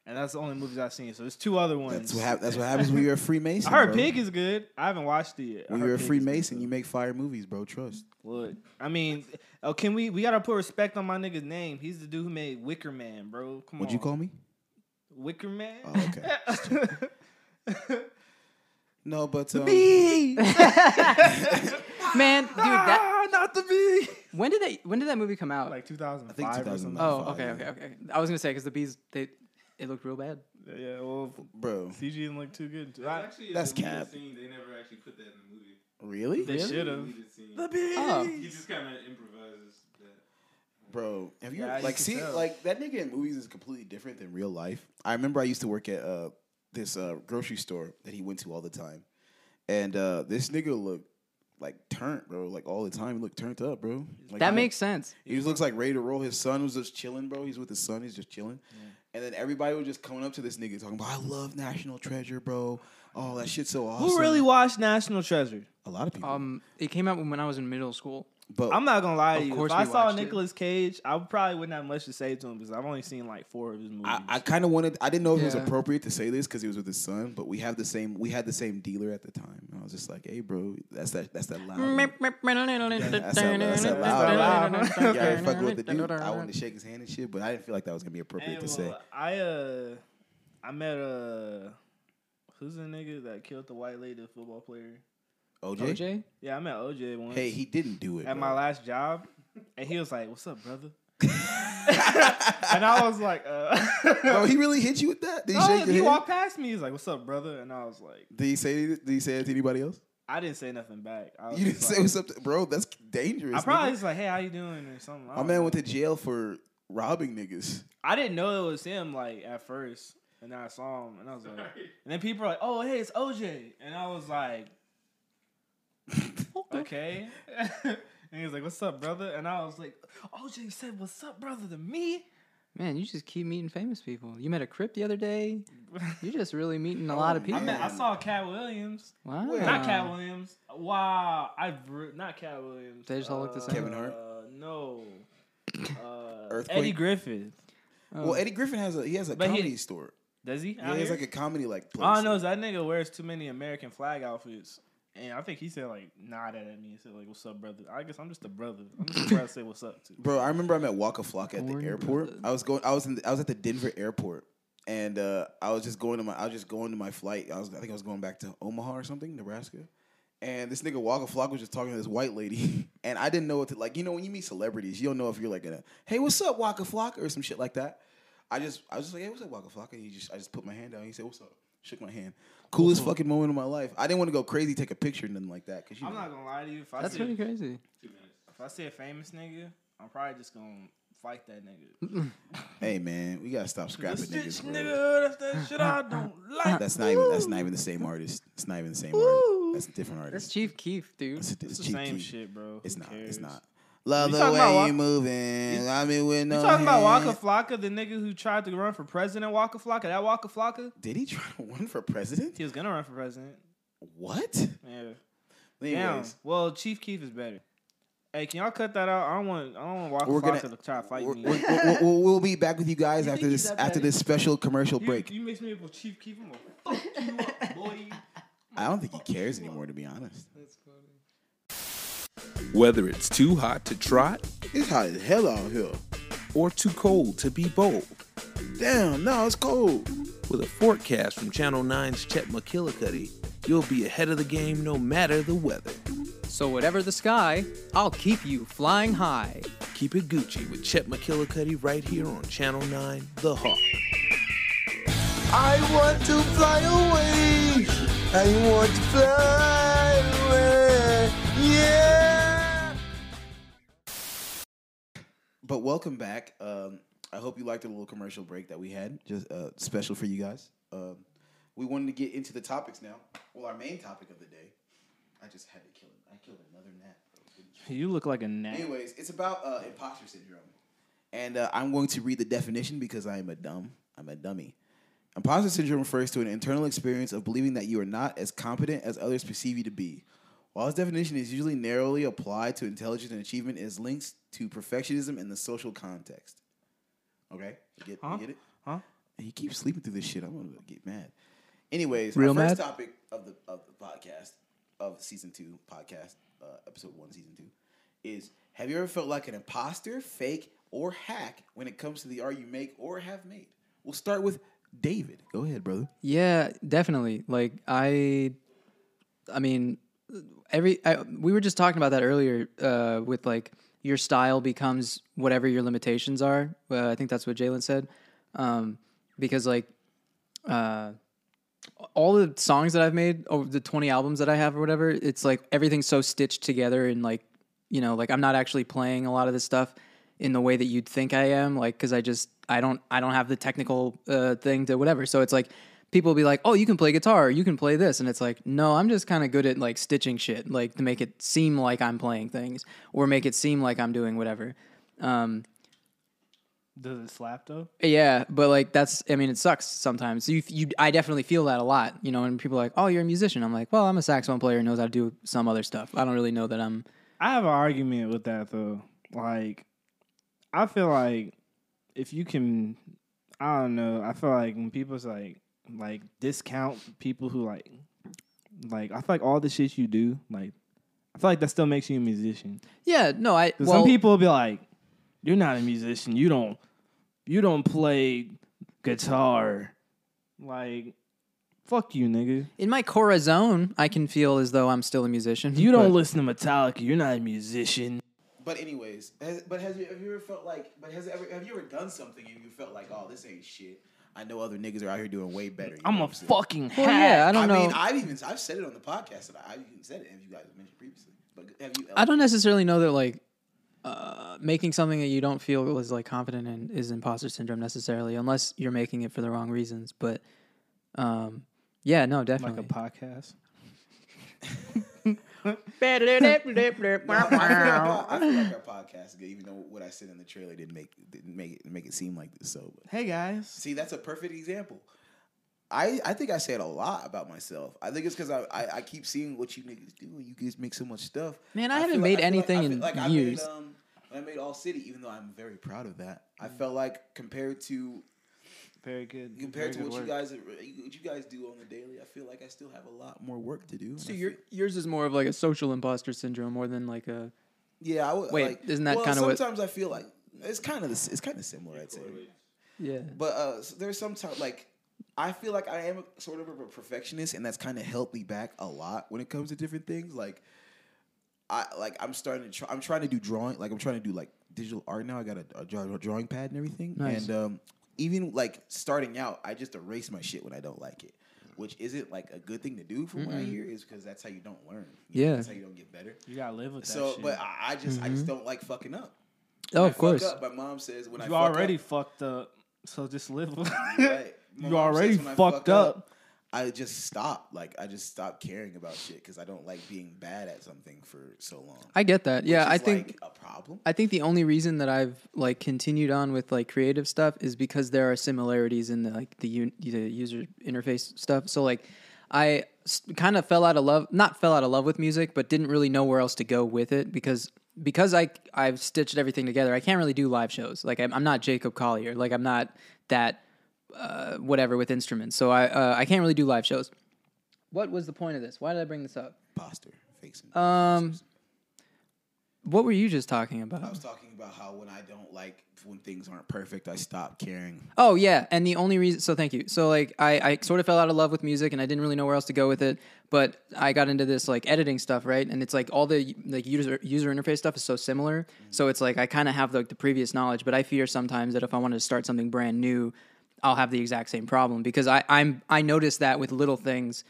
[SPEAKER 4] and that's the only movies I've seen. So there's two other ones.
[SPEAKER 2] that's what hap- that's what happens when you're a Freemason.
[SPEAKER 4] I heard
[SPEAKER 2] bro.
[SPEAKER 4] Pig is good. I haven't watched it yet. I
[SPEAKER 2] When
[SPEAKER 4] heard
[SPEAKER 2] you're a
[SPEAKER 4] Pig is good,
[SPEAKER 2] Freemason,
[SPEAKER 4] though.
[SPEAKER 2] you make fire movies, bro. Trust.
[SPEAKER 4] Look, I mean, oh, can we? We gotta put respect on my nigga's name. He's the dude who made Wicker Man, bro. Come
[SPEAKER 2] What'd
[SPEAKER 4] on,
[SPEAKER 2] you call me?
[SPEAKER 4] Wicker Man?
[SPEAKER 2] Oh, okay. No, but um,
[SPEAKER 4] bee,
[SPEAKER 3] Man, dude, that
[SPEAKER 4] ah, not the bee.
[SPEAKER 3] when did they when did that movie come out?
[SPEAKER 4] Like 2005
[SPEAKER 2] I think
[SPEAKER 4] or something.
[SPEAKER 2] 2009.
[SPEAKER 3] oh,
[SPEAKER 2] five,
[SPEAKER 3] okay,
[SPEAKER 2] yeah.
[SPEAKER 3] okay, okay. I was gonna say because the bees they it looked real bad.
[SPEAKER 4] Yeah, well,
[SPEAKER 2] bro,
[SPEAKER 4] CG didn't look too good.
[SPEAKER 5] It's actually a
[SPEAKER 2] That's
[SPEAKER 5] deleted
[SPEAKER 2] cap.
[SPEAKER 5] Scene. They never actually put that in the movie.
[SPEAKER 2] really,
[SPEAKER 4] They should have.
[SPEAKER 5] Deleted scene.
[SPEAKER 3] Oh,
[SPEAKER 5] He just kind of improvises that.
[SPEAKER 2] bro. Have you
[SPEAKER 4] Yeah, you
[SPEAKER 2] like
[SPEAKER 4] can
[SPEAKER 2] see
[SPEAKER 4] tell.
[SPEAKER 2] like that nigga in movies is completely different than real life. I remember I used to work at uh this uh grocery store that he went to all the time, and uh this nigga looked like turned, bro. Like all the time, he looked turned up, bro. Like,
[SPEAKER 3] that
[SPEAKER 2] he-
[SPEAKER 3] makes sense.
[SPEAKER 2] He just looks like ready to roll. His son was just chilling, bro. He's with his son. He's just chilling. And then everybody was just coming up to this nigga talking about, I love National Treasure, bro. Oh, that shit's so awesome.
[SPEAKER 4] Who really watched National Treasure?
[SPEAKER 2] A lot of people.
[SPEAKER 3] Um, it came out when I was in middle school.
[SPEAKER 2] but
[SPEAKER 4] I'm not gonna lie
[SPEAKER 3] Of
[SPEAKER 4] to you.
[SPEAKER 3] course
[SPEAKER 4] If I
[SPEAKER 3] we
[SPEAKER 4] saw
[SPEAKER 3] watched it.
[SPEAKER 4] Nicolas Cage, I probably wouldn't have much to say to him because I've only seen like four of his movies.
[SPEAKER 2] I, I kind of wanted. I didn't know if it was
[SPEAKER 3] Yeah.
[SPEAKER 2] appropriate to say this because he was with his son. But we have the same. We had the same dealer at the time. And I was just like, hey, bro, that's that. Mm, That's that loud.
[SPEAKER 3] Yeah,
[SPEAKER 2] nigga. That's that, that's that
[SPEAKER 4] loud.
[SPEAKER 2] loud.
[SPEAKER 4] That's
[SPEAKER 2] nigga.
[SPEAKER 4] that loud.
[SPEAKER 2] Yeah, I fuck with the dude. I wanted to shake his hand and shit, but I didn't feel like that was gonna be appropriate
[SPEAKER 4] Hey,
[SPEAKER 2] to say.
[SPEAKER 4] well, I uh, I met uh, who's the nigga that killed the white lady, the football player?
[SPEAKER 2] OJ.
[SPEAKER 3] OJ?
[SPEAKER 4] Yeah, I met OJ once
[SPEAKER 2] Hey, he didn't do it.
[SPEAKER 4] at
[SPEAKER 2] bro.
[SPEAKER 4] my last job, and he was like, "What's up, brother?" and I was like, uh,
[SPEAKER 2] Bro, he really hit you with that? Did he
[SPEAKER 4] No,
[SPEAKER 2] shake your
[SPEAKER 4] he
[SPEAKER 2] hand?
[SPEAKER 4] walked past me. He's like, "What's up, brother?" And I was like,
[SPEAKER 2] Did he say? Did he say it to anybody else?
[SPEAKER 4] I didn't say nothing back. I was
[SPEAKER 2] You didn't
[SPEAKER 4] just
[SPEAKER 2] say
[SPEAKER 4] like-
[SPEAKER 2] what's up, to- bro. That's dangerous.
[SPEAKER 4] I probably
[SPEAKER 2] nigga.
[SPEAKER 4] was like, "Hey, how you doing?" or something. I
[SPEAKER 2] My
[SPEAKER 4] don't
[SPEAKER 2] man
[SPEAKER 4] know.
[SPEAKER 2] went to jail for robbing niggas.
[SPEAKER 4] I didn't know it was him like at first, and then I saw him, and I was like, and then people are like, "Oh, hey, it's OJ," and I was like, "Okay," And he was like, "What's up, brother?" And I was like, "OJ said, what's up, brother?' to me."
[SPEAKER 3] Man, you just keep meeting famous people. You met a Crip the other day. You're just really meeting a lot of people.
[SPEAKER 4] I met, I saw Cat Williams.
[SPEAKER 3] wow.
[SPEAKER 4] Not Cat Williams. Wow, I br- not Cat Williams.
[SPEAKER 3] They just all look the same.
[SPEAKER 2] Kevin Hart?
[SPEAKER 4] Uh, no. Uh,
[SPEAKER 2] Earthquake?
[SPEAKER 4] Eddie Griffith.
[SPEAKER 3] Oh.
[SPEAKER 2] Well, Eddie Griffin has a he has a
[SPEAKER 4] But he-
[SPEAKER 2] comedy store.
[SPEAKER 4] Does he?
[SPEAKER 2] Yeah,
[SPEAKER 4] out
[SPEAKER 2] he has
[SPEAKER 4] here?
[SPEAKER 2] like a comedy like. Place.
[SPEAKER 4] All I know is that nigga wears too many American flag outfits. And I think he said like nodded at me and said like what's up brother. I guess I'm just a brother. I'm just a brother to say what's up to.
[SPEAKER 2] Bro, I remember I met Waka Flock at
[SPEAKER 3] Corn
[SPEAKER 2] the airport.
[SPEAKER 3] bread.
[SPEAKER 2] I was going. I was in. I was at the Denver airport, and uh, I was just going to my. I was just going to my flight. I was. I think I was going back to Omaha or something, Nebraska. And this nigga Waka Flock was just talking to this white lady, and I didn't know what to like. You know, when you meet celebrities, you don't know if you're like gonna, hey, what's up, Waka Flock, or some shit like that. I just, I was just like, hey, what's up, Waka Flock? And he just, I just put my hand down. And he said, what's up? Shook my hand. Coolest fucking moment of my life. I didn't want to go crazy, take a picture, nothing like that. Cause you,
[SPEAKER 4] I'm
[SPEAKER 2] know.
[SPEAKER 4] not gonna lie to you. If I
[SPEAKER 3] That's
[SPEAKER 4] see
[SPEAKER 3] pretty crazy.
[SPEAKER 5] Two minutes.
[SPEAKER 4] if I see a famous nigga, I'm probably just gonna fight that nigga.
[SPEAKER 2] hey man, we gotta stop scrapping
[SPEAKER 4] This
[SPEAKER 2] niggas. Bro.
[SPEAKER 4] bitch nigga, that's that shit I don't like.
[SPEAKER 2] That's not even that's not even the same artist. It's not even the same artist. That's a different
[SPEAKER 3] That's
[SPEAKER 2] artist.
[SPEAKER 3] Chief Keef, dude.
[SPEAKER 2] That's a-
[SPEAKER 4] It's
[SPEAKER 2] it's
[SPEAKER 4] the
[SPEAKER 2] cheap
[SPEAKER 4] same
[SPEAKER 2] key.
[SPEAKER 4] shit, bro.
[SPEAKER 2] It's
[SPEAKER 4] Who
[SPEAKER 2] not.
[SPEAKER 4] cares?
[SPEAKER 2] It's not. Love
[SPEAKER 4] You
[SPEAKER 2] the
[SPEAKER 4] talking about
[SPEAKER 2] way
[SPEAKER 4] Wa-
[SPEAKER 2] you moving. I mean, with no.
[SPEAKER 4] You talking about Waka
[SPEAKER 2] hand.
[SPEAKER 4] Flocka, the nigga who tried to run for president? Waka Flocka, that Waka Flocka,
[SPEAKER 2] Did he try to run for president?
[SPEAKER 4] he was gonna run for president.
[SPEAKER 2] What?
[SPEAKER 4] Yeah. Damn.
[SPEAKER 2] Anyways,
[SPEAKER 4] Well, Chief Keef is better. Hey, can y'all cut that out? I don't want. I don't want Waka
[SPEAKER 2] We're
[SPEAKER 4] Flocka
[SPEAKER 2] gonna-
[SPEAKER 4] to try to fight
[SPEAKER 2] we're,
[SPEAKER 4] me.
[SPEAKER 2] we're- we're- we'll- we'll be back with you guys
[SPEAKER 3] You
[SPEAKER 2] after
[SPEAKER 3] think he's
[SPEAKER 2] this
[SPEAKER 3] that
[SPEAKER 2] after
[SPEAKER 3] bad?
[SPEAKER 2] this special commercial break.
[SPEAKER 4] You, you mix me up with Chief Keef, I'm gonna fuck you up, boy.
[SPEAKER 2] I don't think he cares anymore, to be honest.
[SPEAKER 1] Whether it's too hot to trot
[SPEAKER 2] It's hot as hell out here.
[SPEAKER 1] or too cold to be bold,
[SPEAKER 2] Damn, no, it's cold.
[SPEAKER 1] with a forecast from Channel 9's Chet McKillicuddy, you'll be ahead of the game no matter the weather.
[SPEAKER 3] So whatever the sky, I'll keep you flying high.
[SPEAKER 1] Keep it Gucci with Chet McKillicuddy right here on Channel 9, The Hawk.
[SPEAKER 2] I want to fly away. I want to fly away. Yeah. But welcome back. Um, I hope you liked the little commercial break that we had, just uh, special for you guys. Um, we wanted to get into the topics now. Well, our main topic of the day. I just had to kill it. I killed another gnat. bro. Didn't you?
[SPEAKER 4] You look like a gnat.
[SPEAKER 2] Anyways, it's about uh, imposter syndrome, and uh, I'm going to read the definition because I am a dumb. I'm a dummy. Imposter syndrome refers to an internal experience of believing that you are not as competent as others perceive you to be. While this definition is usually narrowly applied to intelligence and achievement, it is linked to perfectionism in the social context. Okay, you get, you
[SPEAKER 4] Huh?
[SPEAKER 2] get it?
[SPEAKER 4] Huh?
[SPEAKER 2] And you keep sleeping through this shit. I'm gonna get mad. Anyways,
[SPEAKER 3] Real
[SPEAKER 2] our first
[SPEAKER 3] mad?
[SPEAKER 2] topic of the of the podcast of season two podcast uh, episode one season two is: Have you ever felt like an imposter, fake, or hack when it comes to the art you make or have made? We'll start with David. Go ahead, brother.
[SPEAKER 3] Yeah, definitely. Like I, I mean, every I, we were just talking about that earlier uh, with like your style becomes whatever your limitations are. Uh, I think that's what Jalen said, um, because like uh, all the songs that I've made over the twenty albums that I have or whatever, it's like everything's so stitched together and like you know like I'm not actually playing a lot of this stuff in the way that you'd think I am, like because I just I don't I don't have the technical uh, thing to whatever. So it's like people will be like, oh, you can play guitar, or you can play this, and it's like, no, I'm just kind of good at like stitching shit, like to make it seem like I'm playing things or make it seem like I'm doing whatever. Um,
[SPEAKER 4] Does it slap though?
[SPEAKER 3] yeah, but like that's I mean it sucks sometimes. You you I definitely feel that a lot, you know, and people are like, "Oh, you're a musician." I'm like, "Well, I'm a saxophone player who knows how to do some other stuff. I don't really know that I'm
[SPEAKER 4] I have an argument with that though. Like, I feel like if you can, I don't know. I feel like when people's like like discount people who like like I feel like all the shit you do like I feel like that still makes you a musician.
[SPEAKER 3] Yeah, no, I
[SPEAKER 4] 'Cause
[SPEAKER 3] well,
[SPEAKER 4] some people will be like, "You're not a musician. You don't you don't play guitar." Like, fuck you, nigga.
[SPEAKER 3] in my corazon, I can feel as though I'm still a musician.
[SPEAKER 4] You don't
[SPEAKER 3] but-
[SPEAKER 4] listen to Metallica. You're not a musician.
[SPEAKER 2] But anyways, has, but has you, have you ever felt like? But has ever have you ever done something and you felt like, oh, this ain't shit? I know other niggas are out here doing way better. You
[SPEAKER 4] I'm
[SPEAKER 2] know
[SPEAKER 4] a
[SPEAKER 2] what saying?
[SPEAKER 4] fucking hack.
[SPEAKER 3] Well, yeah, I don't
[SPEAKER 2] I
[SPEAKER 3] know.
[SPEAKER 2] mean, I've even I've said it on the podcast, and I even said it. Have you guys mentioned previously? But have you?
[SPEAKER 3] I don't necessarily know that like uh, making something that you don't feel is like confident in is imposter syndrome necessarily, unless you're making it for the wrong reasons. But um, yeah, no,
[SPEAKER 4] like a
[SPEAKER 3] definitely.
[SPEAKER 4] podcast.
[SPEAKER 2] I, I
[SPEAKER 3] hey
[SPEAKER 2] feel like our podcast is good, even though what I said in the trailer didn't make didn't make it make it seem like this. So, but.
[SPEAKER 3] guys.
[SPEAKER 2] see, that's a perfect example. I, I think I said a lot about myself. I think it's because I, I, I keep seeing what you niggas do. You guys make so much stuff.
[SPEAKER 3] Man, I
[SPEAKER 2] feel
[SPEAKER 3] haven't
[SPEAKER 2] like-
[SPEAKER 3] made
[SPEAKER 2] I feel like-
[SPEAKER 3] anything
[SPEAKER 2] I feel
[SPEAKER 3] in
[SPEAKER 2] like
[SPEAKER 3] years.
[SPEAKER 2] I made, um, when I made All City, even though I'm very proud of that. I
[SPEAKER 3] Mm.
[SPEAKER 2] felt like compared to
[SPEAKER 4] Very good.
[SPEAKER 2] compared to
[SPEAKER 4] very
[SPEAKER 2] what
[SPEAKER 4] good
[SPEAKER 2] you
[SPEAKER 4] work.
[SPEAKER 2] guys what you guys do on the daily, I feel like I still have a lot more work to do. and
[SPEAKER 3] So
[SPEAKER 2] I
[SPEAKER 3] your,
[SPEAKER 2] feel-
[SPEAKER 3] yours is more of like a social imposter syndrome more than like a.
[SPEAKER 2] yeah, I would,
[SPEAKER 3] Wait,
[SPEAKER 2] like,
[SPEAKER 3] isn't that
[SPEAKER 2] well,
[SPEAKER 3] kinda what-
[SPEAKER 2] sometimes I feel like it's kind of it's kind of similar. I'd say,
[SPEAKER 3] Yeah.
[SPEAKER 2] but uh, so there's sometimes like I feel like I am a, sort of a perfectionist, and that's kind of held me back a lot when it comes to different things. Like I like I'm starting to try, I'm trying to do drawing, like I'm trying to do like digital art now. I got a, a draw- a drawing pad and everything,
[SPEAKER 3] Nice.
[SPEAKER 2] and um, even like starting out, I just erase my shit when I don't like it. Which isn't like a good thing to do from what I hear, is because that's how you don't learn. You know,
[SPEAKER 3] Yeah.
[SPEAKER 2] that's how you don't get better.
[SPEAKER 4] You gotta live with that
[SPEAKER 2] So,
[SPEAKER 4] shit.
[SPEAKER 2] but I, I just I just don't like fucking up. When I
[SPEAKER 3] Oh, Mm-hmm. of
[SPEAKER 2] fuck
[SPEAKER 3] course.
[SPEAKER 2] up, my mom says when I
[SPEAKER 4] you
[SPEAKER 2] fuck up-
[SPEAKER 4] already fucked up. So just live with
[SPEAKER 2] Right. My mom
[SPEAKER 4] You
[SPEAKER 2] says
[SPEAKER 4] already
[SPEAKER 2] when I
[SPEAKER 4] fucked
[SPEAKER 2] fuck
[SPEAKER 4] up.
[SPEAKER 2] I just stopped. Like I just stopped caring about shit because I don't like being bad at something for so long.
[SPEAKER 3] I get that. Yeah,
[SPEAKER 2] Which
[SPEAKER 3] I
[SPEAKER 2] is,
[SPEAKER 3] think
[SPEAKER 2] like, a problem.
[SPEAKER 3] I think the only reason that I've like continued on with like creative stuff is because there are similarities in the like the, un- the user interface stuff. So like I kind of fell out of love, not fell out of love with music, but didn't really know where else to go with it because because I I've stitched everything together. I can't really do live shows. Like I'm, I'm not Jacob Collier. Like I'm not that uh, whatever with instruments. So I uh, I can't really do live shows. What was the point of this? Why did I bring this up?
[SPEAKER 2] Imposter facing.
[SPEAKER 3] Um, what were you just talking about?
[SPEAKER 2] I was talking about how when I don't like when things aren't perfect, I stop caring.
[SPEAKER 3] Oh yeah, and the only reason so thank you. So like I, I sort of fell out of love with music and I didn't really know where else to go with it, but I got into this like editing stuff, right? And it's like all the like user user interface stuff is so similar. So it's like I kind of have like the previous knowledge, but I fear sometimes that if I wanted to start something brand new, I'll have the exact same problem because I I'm I notice that with little things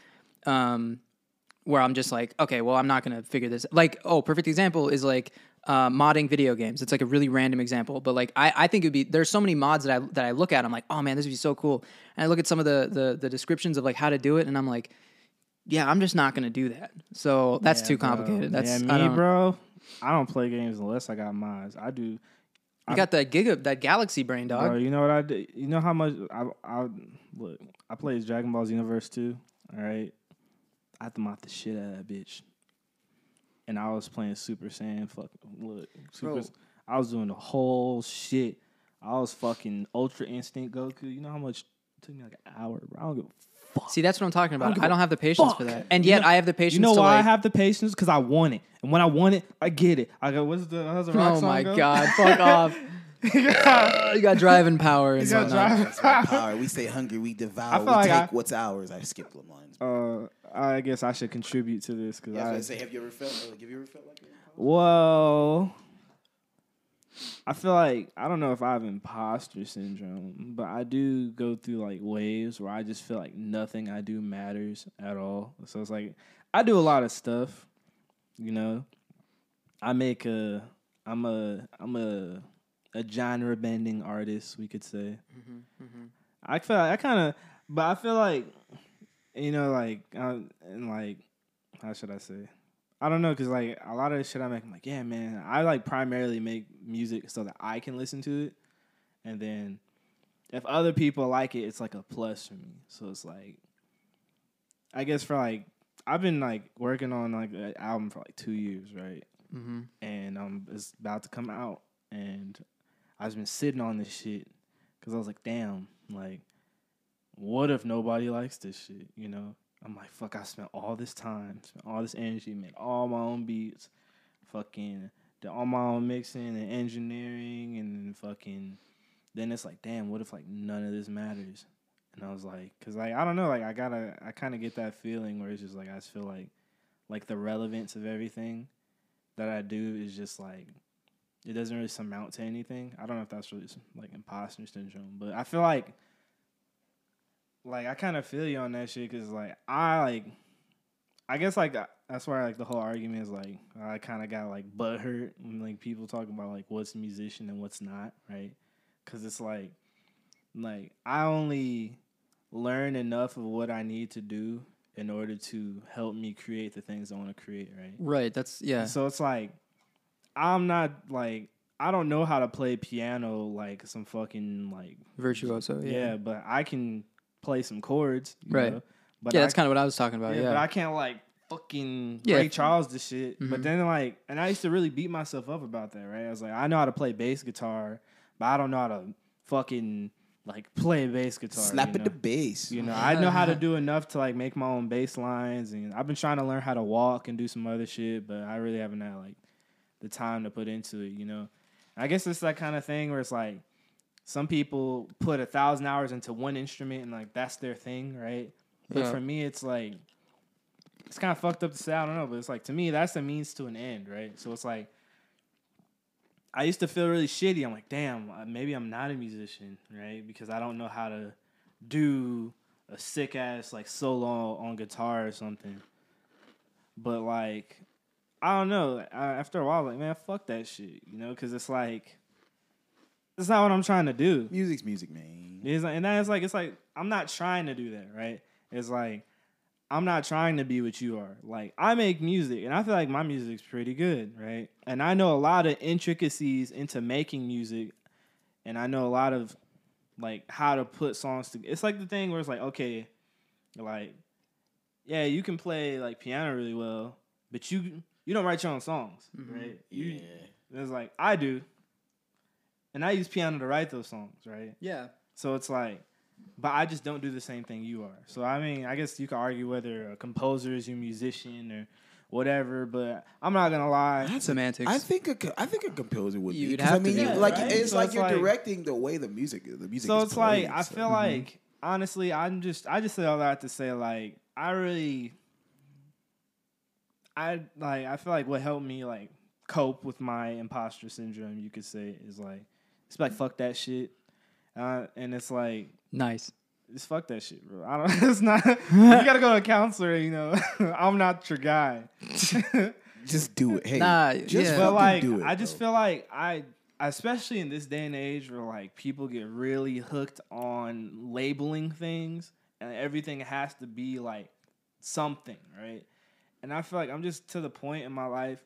[SPEAKER 3] um where I'm just like, okay, well, I'm not gonna figure this. Like, oh, perfect example is like uh, modding video games. It's like a really random example, but like I, I think it'd be there's so many mods that I that I look at. I'm like, oh man, this would be so cool. And I look at some of the the, the descriptions of like how to do it, and I'm like, yeah, I'm just not gonna do that. So that's too complicated. That's
[SPEAKER 4] yeah, me,
[SPEAKER 3] I don't,
[SPEAKER 4] bro. I don't play games unless I got mods. I do.
[SPEAKER 3] You got that giga that galaxy brain dog.
[SPEAKER 4] Bro, you know what I do? You know how much I I look. I played Dragon Ball Xenoverse 2, all right? I mopped the shit out of that bitch. And I was playing Super Saiyan fuck look, Super
[SPEAKER 2] Bro.
[SPEAKER 4] I was doing the whole shit. I was fucking Ultra Instinct Goku. You know how much it took me like an hour, bro. I don't give a fuck.
[SPEAKER 3] See, that's what I'm talking about. I
[SPEAKER 4] give
[SPEAKER 3] don't,
[SPEAKER 4] a
[SPEAKER 3] have the patience for
[SPEAKER 4] fuck.
[SPEAKER 3] that, and
[SPEAKER 4] You
[SPEAKER 3] yet
[SPEAKER 4] know-
[SPEAKER 3] I have the patience.
[SPEAKER 4] You know
[SPEAKER 3] to
[SPEAKER 4] why I
[SPEAKER 3] like,
[SPEAKER 4] have the patience? Because I want it, and when I want it, I get it. I go, what's the how's the rock
[SPEAKER 3] Oh
[SPEAKER 4] song
[SPEAKER 3] my
[SPEAKER 4] go?
[SPEAKER 3] god, fuck off! you got driving power. And
[SPEAKER 4] got
[SPEAKER 3] whatnot.
[SPEAKER 4] drive-
[SPEAKER 2] That's my power. We stay hungry. We devour.
[SPEAKER 4] feel
[SPEAKER 2] We
[SPEAKER 4] like
[SPEAKER 2] take
[SPEAKER 4] I-
[SPEAKER 2] what's ours. I skipped the lines.
[SPEAKER 4] Uh, I guess I should contribute to this because
[SPEAKER 2] yeah, I was
[SPEAKER 4] I
[SPEAKER 2] gonna say, have you ever felt? Like, have you ever felt like that?
[SPEAKER 4] Well, I feel like I don't know if I have imposter syndrome, but I do go through like waves where I just feel like nothing I do matters at all. So it's like I do a lot of stuff, you know. I make a I'm a I'm a a genre bending artist, we could say. I feel I kind of but I feel like you know like I, and like how should I say? I don't know, cause like a lot of the shit I make, I'm like, yeah, man, I like primarily make music so that I can listen to it, and then if other people like it, it's like a plus for me. So it's like, I guess for like, I've been like working on like an album for like two years, right?
[SPEAKER 3] Mhm.
[SPEAKER 4] And um, it's about to come out, and I've been sitting on this shit, cause I was like, damn, like, what if nobody likes this shit, you know? I'm like, fuck, I spent all this time, spent all this energy, made all my own beats, fucking did all my own mixing and engineering and fucking then it's like, damn, what if like none of this matters? And I was like, cause like I don't know, like I gotta I kinda get that feeling where it's just like I just feel like like the relevance of everything that I do is just like it doesn't really amount to anything. I don't know if that's really like imposter syndrome, but I feel like like I kind of feel you on that shit because like I like I guess like that- that's why like the whole argument is like I kind of got like butthurt when like people talk about like what's a musician and what's not right because it's like like I only learn enough of what I need to do in order to help me create the things I want to create, right?
[SPEAKER 3] Right. That's yeah.
[SPEAKER 4] So it's like I'm not like I don't know how to play piano like some fucking like
[SPEAKER 3] Virtuoso.
[SPEAKER 4] yeah,
[SPEAKER 3] Yeah.
[SPEAKER 4] but I can play some chords, you
[SPEAKER 3] Right.
[SPEAKER 4] know? But
[SPEAKER 3] yeah,
[SPEAKER 4] I
[SPEAKER 3] that's kind of what I was talking about.
[SPEAKER 4] yeah,
[SPEAKER 3] Yeah.
[SPEAKER 4] but I can't like fucking
[SPEAKER 3] Yeah.
[SPEAKER 4] Ray Charles the shit.
[SPEAKER 3] Mhm.
[SPEAKER 4] But then like, and I used to really beat myself up about that, right? I was like, I know how to play bass guitar, but I don't know how to fucking like play bass guitar.
[SPEAKER 2] Slap
[SPEAKER 4] you
[SPEAKER 2] at
[SPEAKER 4] know?
[SPEAKER 2] the bass.
[SPEAKER 4] You know, I know how to do enough to like make my own bass lines, and I've been trying to learn how to walk and do some other shit, but I really haven't had like the time to put into it. You know, I guess it's that kind of thing where it's like some people put a thousand hours into one instrument and like that's their thing, right? But
[SPEAKER 3] Yeah.
[SPEAKER 4] for me, it's like it's kind of fucked up to say. I don't know, but it's like to me that's a means to an end, right? So it's like. I used to feel really shitty. I'm like, damn, uh, maybe I'm not a musician, right? Because I don't know how to do a sick ass like solo on guitar or something. But like, I don't know. I, after a while, like man, fuck that shit, you know? Because it's like, it's not what I'm trying to do.
[SPEAKER 2] Music's music, man.
[SPEAKER 4] It's like, and that's like, it's like I'm not trying to do that, right? It's like I'm not trying to be what you are. Like I make music, and I feel like my music's pretty good, right? And I know a lot of intricacies into making music, and I know a lot of like how to put songs together. It's like the thing where it's like, okay, like yeah, you can play like piano really well, but you you don't write your own songs, right? You, It's like I do, and I use piano to write those songs, right?
[SPEAKER 3] yeah.
[SPEAKER 4] So it's like, but I just don't do the same thing you are. So I mean, I guess you could argue whether a composer is your musician or whatever, but I'm not gonna lie.
[SPEAKER 3] Semantics.
[SPEAKER 2] I think a co- I think a composer would be
[SPEAKER 3] You'd
[SPEAKER 2] 'cause I
[SPEAKER 3] have to
[SPEAKER 2] mean
[SPEAKER 3] be,
[SPEAKER 2] you- like
[SPEAKER 4] right?
[SPEAKER 2] it's
[SPEAKER 4] So
[SPEAKER 2] like
[SPEAKER 4] it's
[SPEAKER 2] you're
[SPEAKER 4] like-
[SPEAKER 2] directing the way the music the music
[SPEAKER 4] So
[SPEAKER 2] is
[SPEAKER 4] it's
[SPEAKER 2] played,
[SPEAKER 4] like I
[SPEAKER 2] so-
[SPEAKER 4] feel like honestly, I'm just I just say all that to say like I really, I like I feel like what helped me like cope with my imposter syndrome, you could say, is like it's like fuck that shit, uh, and it's like
[SPEAKER 3] nice.
[SPEAKER 4] just fuck that shit, bro. I don't. It's not. You gotta go to a counselor. You know, I'm not your guy.
[SPEAKER 2] just do it. Hey,
[SPEAKER 3] Nah,
[SPEAKER 2] just
[SPEAKER 3] yeah.
[SPEAKER 4] but
[SPEAKER 2] fucking
[SPEAKER 4] like,
[SPEAKER 2] do it.
[SPEAKER 4] I just
[SPEAKER 2] bro.
[SPEAKER 4] feel like I, especially in this day and age, where like people get really hooked on labeling things, and everything has to be like something, right? And I feel like I'm just to the point in my life.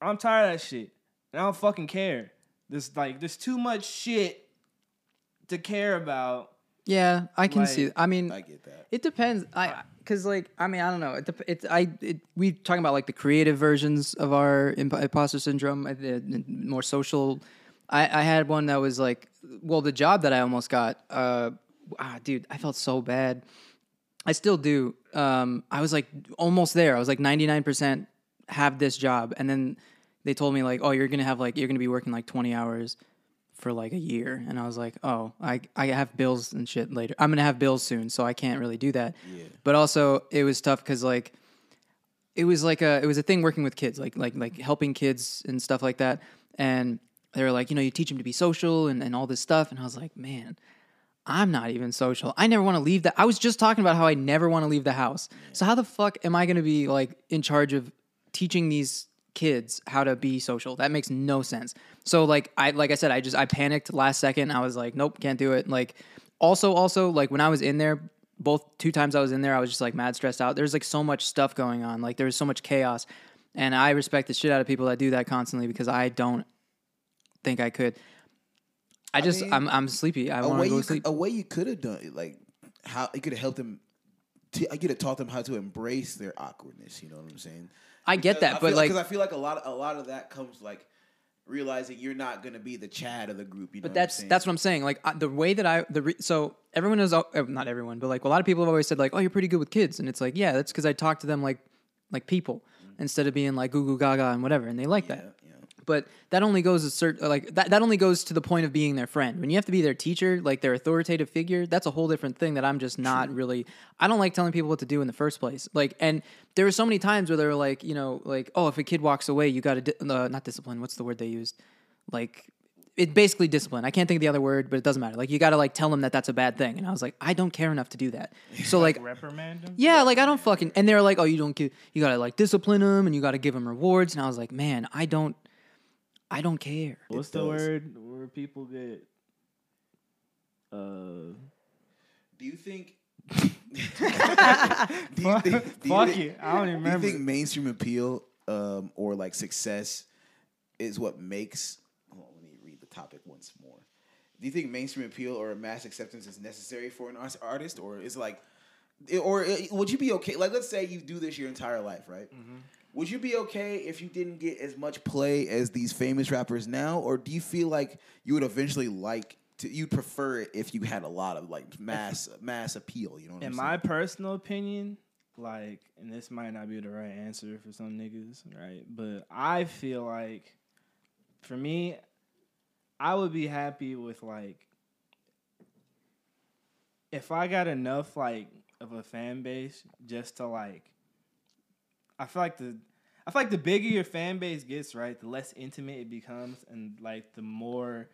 [SPEAKER 4] I'm tired of that shit, and I don't fucking care. There's like, there's too much shit to care about.
[SPEAKER 3] Yeah, I can
[SPEAKER 4] Like,
[SPEAKER 3] see. I mean,
[SPEAKER 2] I get that.
[SPEAKER 3] It depends. I because like I mean I don't know. It dep- it's I it, we talking about like the creative versions of our imp- imposter syndrome, uh, the the more social. I I had one that was like well the job that I almost got. Uh, ah, dude, I felt so bad. I still do. Um, I was like almost there. I was like ninety nine percent have this job, and then they told me like, oh, you're gonna have like you're gonna be working like twenty hours for like a year and I was like, "Oh, I I have bills and shit later. I'm going to have bills soon, so I can't really do that." But also, it was tough cuz like it was like a it was a thing working with kids, like like like helping kids and stuff like that. And they were like, "You know, you teach them to be social and and all this stuff." And I was like, "Man, I'm not even social. I never want to leave the I was just talking about how I never want to leave the house. So how the fuck am I going to be like in charge of teaching these kids how to be social? That makes no sense. So like I like I said I just I panicked last second. I was like, nope, can't do it. Like also also like when I was in there both two times I was in there I was just like mad stressed out. There's like so much stuff going on. Like there was so much chaos. And I respect the shit out of people that do that constantly because I don't think I could. I just
[SPEAKER 2] mean,
[SPEAKER 3] I'm I'm sleepy. I
[SPEAKER 2] a
[SPEAKER 3] want
[SPEAKER 2] way
[SPEAKER 3] to go
[SPEAKER 2] you
[SPEAKER 3] to sleep.
[SPEAKER 2] a way you could have done it, like how you could have helped them. T- I could have taught them how to embrace their awkwardness. You know what I'm saying?
[SPEAKER 3] I get that, but like,
[SPEAKER 2] because I feel like a lot of, a lot of that comes like realizing you're not gonna be the Chad of the group. You know,
[SPEAKER 3] but that's that's what I'm saying. Like I, the way that I the re, so everyone is al- uh, not everyone, but like a lot of people have always said like, oh, you're pretty good with kids, and it's like, yeah, that's because I talk to them like like people instead of being like goo goo gaga and whatever, and they like that. But that only goes a certain like that that only goes to the point of being their friend. When you have to be their teacher, like their authoritative figure, that's a whole different thing that I'm just not really I don't like telling people what to do in the first place. Like and there were so many times where they were like, you know, like, oh, if a kid walks away, you got to di- uh, not discipline, what's the word they used? Like it basically discipline. I can't think of the other word, but it doesn't matter. Like you got to like tell them that that's a bad thing. And I was like, I don't care enough to do that. So like
[SPEAKER 4] Reprimand them.
[SPEAKER 3] yeah, like I don't fucking. And they're like, oh, you don't give. You gotta like discipline them, and you gotta give them rewards. And I was like, man, I don't, I don't care.
[SPEAKER 4] What's the word where people get? Uh,
[SPEAKER 2] Do you think? Do you think? Do
[SPEAKER 4] Fuck
[SPEAKER 2] you think,
[SPEAKER 4] it. I don't even
[SPEAKER 2] Do you
[SPEAKER 4] remember.
[SPEAKER 2] think mainstream appeal um, or like success is what makes? Hold on, let me read the topic once more. Do you think mainstream appeal or mass acceptance is necessary for an artist- artist, or is it like, it- or it- would you be okay? Like, let's say you do this your entire life, right?
[SPEAKER 4] Mm-hmm.
[SPEAKER 2] Would you be okay if you didn't get as much play as these famous rappers now, or do you feel like you would eventually like? to You'd prefer it if you had a lot of like mass mass appeal. You know what I'm
[SPEAKER 4] In
[SPEAKER 2] saying?
[SPEAKER 4] my personal opinion, like, and this might not be the right answer for some niggas, right? But I feel like, for me, I would be happy with like, if I got enough like of a fan base just to like, I feel like the. I feel like the bigger your fan base gets, right, the less intimate it becomes, and like the more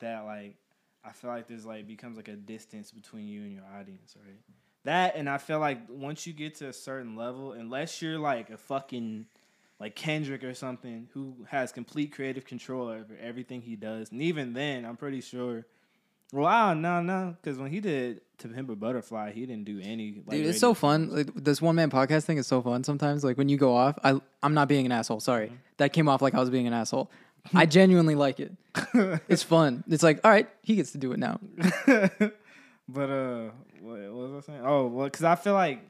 [SPEAKER 4] that like I feel like there's like becomes like a distance between you and your audience, right? That and I feel like once you get to a certain level, unless you're like a fucking like Kendrick or something who has complete creative control over everything he does, and even then, I'm pretty sure. Well, I don't know, no, because when he did "To Pimp a Butterfly," he didn't do any. Like,
[SPEAKER 3] Dude, it's so
[SPEAKER 4] radio-
[SPEAKER 3] fun. Like, this one man podcast thing is so fun sometimes. Like when you go off, I I'm not being an asshole. Sorry, that came off like I was being an asshole. I genuinely like it. It's fun. It's like, all right, he gets to do it now.
[SPEAKER 4] but uh, what, what was I saying? Oh, well, because I feel like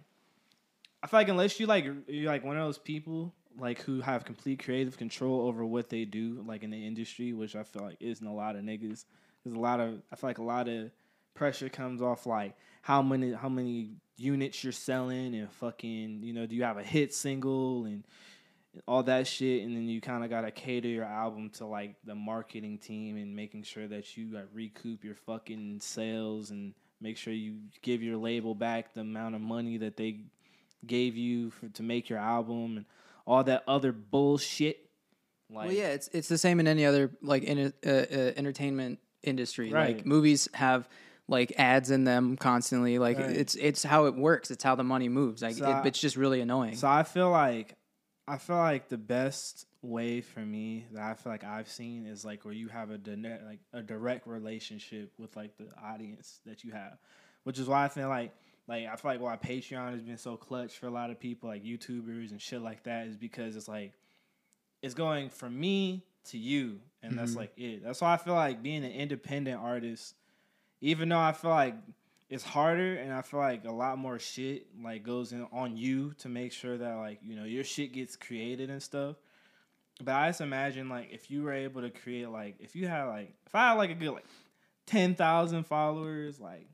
[SPEAKER 4] I feel like unless you like you're like one of those people like who have complete creative control over what they do, like in the industry, which I feel like isn't a lot of niggas. There's a lot of I feel like a lot of pressure comes off like how many how many units you're selling and fucking you know do you have a hit single and all that shit and then you kind of got to cater your album to like the marketing team and making sure that you like, recoup your fucking sales and make sure you give your label back the amount of money that they gave you for, to make your album and all that other bullshit like
[SPEAKER 3] well, yeah, it's it's the same in any other like in, uh, uh, entertainment industry. Like
[SPEAKER 4] Right.
[SPEAKER 3] movies have like ads in them constantly. Like
[SPEAKER 4] Right.
[SPEAKER 3] it's it's how it works. It's how the money moves. Like
[SPEAKER 4] So
[SPEAKER 3] it,
[SPEAKER 4] I-
[SPEAKER 3] it's just really annoying.
[SPEAKER 4] So I feel like I feel like the best way for me that I feel like I've seen is like where you have a direct, like a direct relationship with like the audience that you have, which is why I feel like like I feel like why Patreon has been so clutch for a lot of people like YouTubers and shit like that is because it's like it's going from me to you and that's like it. That's why I feel like being an independent artist even though I feel like it's harder and I feel like a lot more shit like goes in on you to make sure that like you know your shit gets created and stuff. But I just imagine like if you were able to create like if you had like if I had like a good like ten thousand followers like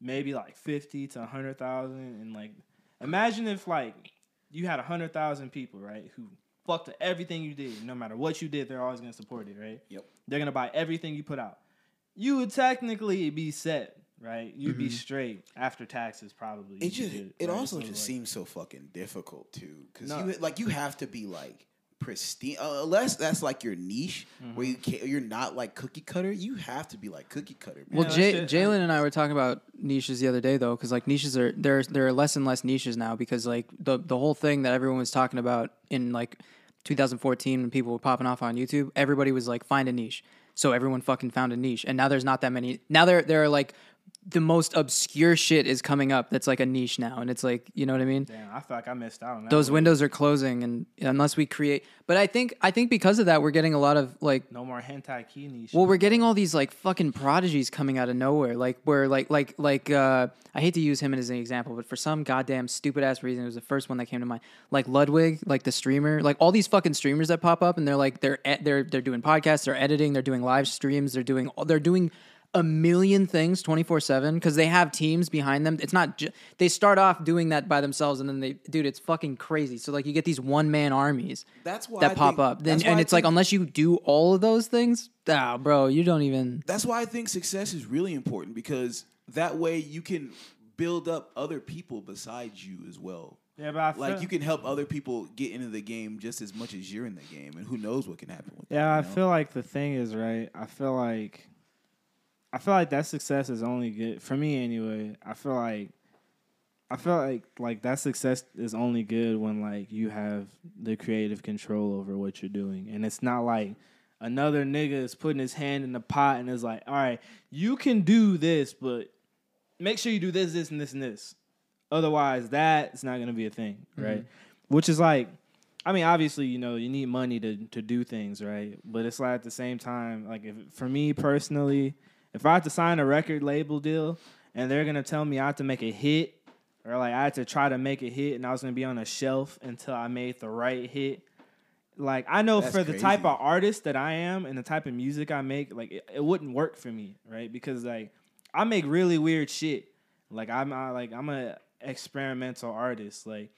[SPEAKER 4] maybe like fifty to hundred thousand and like imagine if like you had hundred thousand people right who fucked with everything you did no matter what you did they're always gonna support it right
[SPEAKER 2] Yep.
[SPEAKER 4] they're gonna buy everything you put out you would technically be set, right? You'd be straight after taxes, probably.
[SPEAKER 2] Mm-hmm. It
[SPEAKER 4] if you
[SPEAKER 2] just
[SPEAKER 4] did
[SPEAKER 2] it
[SPEAKER 4] right?
[SPEAKER 2] also
[SPEAKER 4] So,
[SPEAKER 2] just
[SPEAKER 4] like,
[SPEAKER 2] seems so fucking difficult too, because
[SPEAKER 4] No.
[SPEAKER 2] you like you have to be like pristine uh, unless that's like your niche where you
[SPEAKER 4] Mm-hmm.
[SPEAKER 2] can't, you're not like cookie cutter. You have to be like cookie cutter. Man.
[SPEAKER 3] Well,
[SPEAKER 4] Yeah,
[SPEAKER 3] Jay,
[SPEAKER 4] that shit-
[SPEAKER 3] Jalen and I were talking about niches the other day, though, because like niches are there. There are less and less niches now because like the the whole thing that everyone was talking about in like 2014 when people were popping off on YouTube, everybody was like, find a niche. So everyone fucking found a niche, and now there's not that many. Now there there are like the most obscure shit is coming up that's like a niche now, and it's like you know what I mean
[SPEAKER 4] Damn, I feel like I missed out on that.
[SPEAKER 3] those
[SPEAKER 4] one.
[SPEAKER 3] windows are closing and unless we create but i think i think because of that we're getting a lot of like
[SPEAKER 4] no more hentai key niche.
[SPEAKER 3] well we're getting all these like fucking prodigies coming out of nowhere like where like like like uh i hate to use him as an example but for some goddamn stupid ass reason it was the first one that came to mind like ludwig like the streamer like all these fucking streamers that pop up and they're like they're e- they're they're doing podcasts they're editing they're doing live streams they're doing they're doing a million things 24/7 because they have teams behind them. It's not ju- they start off doing that by themselves and then they dude it's fucking crazy. So like you get these one man armies
[SPEAKER 2] That's why
[SPEAKER 3] that
[SPEAKER 2] I
[SPEAKER 3] pop
[SPEAKER 2] think-
[SPEAKER 3] up. Then
[SPEAKER 2] that's why
[SPEAKER 3] and
[SPEAKER 2] I
[SPEAKER 3] it's like
[SPEAKER 2] think-
[SPEAKER 3] unless you do all of those things, ah, bro, you don't even
[SPEAKER 2] That's why I think success is really important because that way you can build up other people besides you as well.
[SPEAKER 4] yeah, but I feel,
[SPEAKER 2] Like you can help other people get into the game just as much as you're in the game, and who knows what can happen with that.
[SPEAKER 4] Yeah, I
[SPEAKER 2] you know?
[SPEAKER 4] feel like the thing is right. I feel like, I feel like that success is only good for me anyway. I feel like, I feel like like that success is only good when like you have the creative control over what you're doing, and it's not like another nigga is putting his hand in the pot and is like, all right, you can do this, but make sure you do this, this, and this, and this. Otherwise, that's not gonna be a thing,
[SPEAKER 2] Mm-hmm.
[SPEAKER 4] right? Which is like, I mean, obviously, you know, you need money to to do things, right? But it's like at the same time, like if for me personally, if I had to sign a record label deal and they're gonna tell me I have to make a hit, or like I had to try to make a hit and I was gonna be on a shelf until I made the right hit. Like I know
[SPEAKER 2] That's
[SPEAKER 4] for the type
[SPEAKER 2] crazy.
[SPEAKER 4] of artist that I am and the type of music I make, like it, it wouldn't work for me, right? Because like I make really weird shit. Like I'm I, like I'm a experimental artist. Like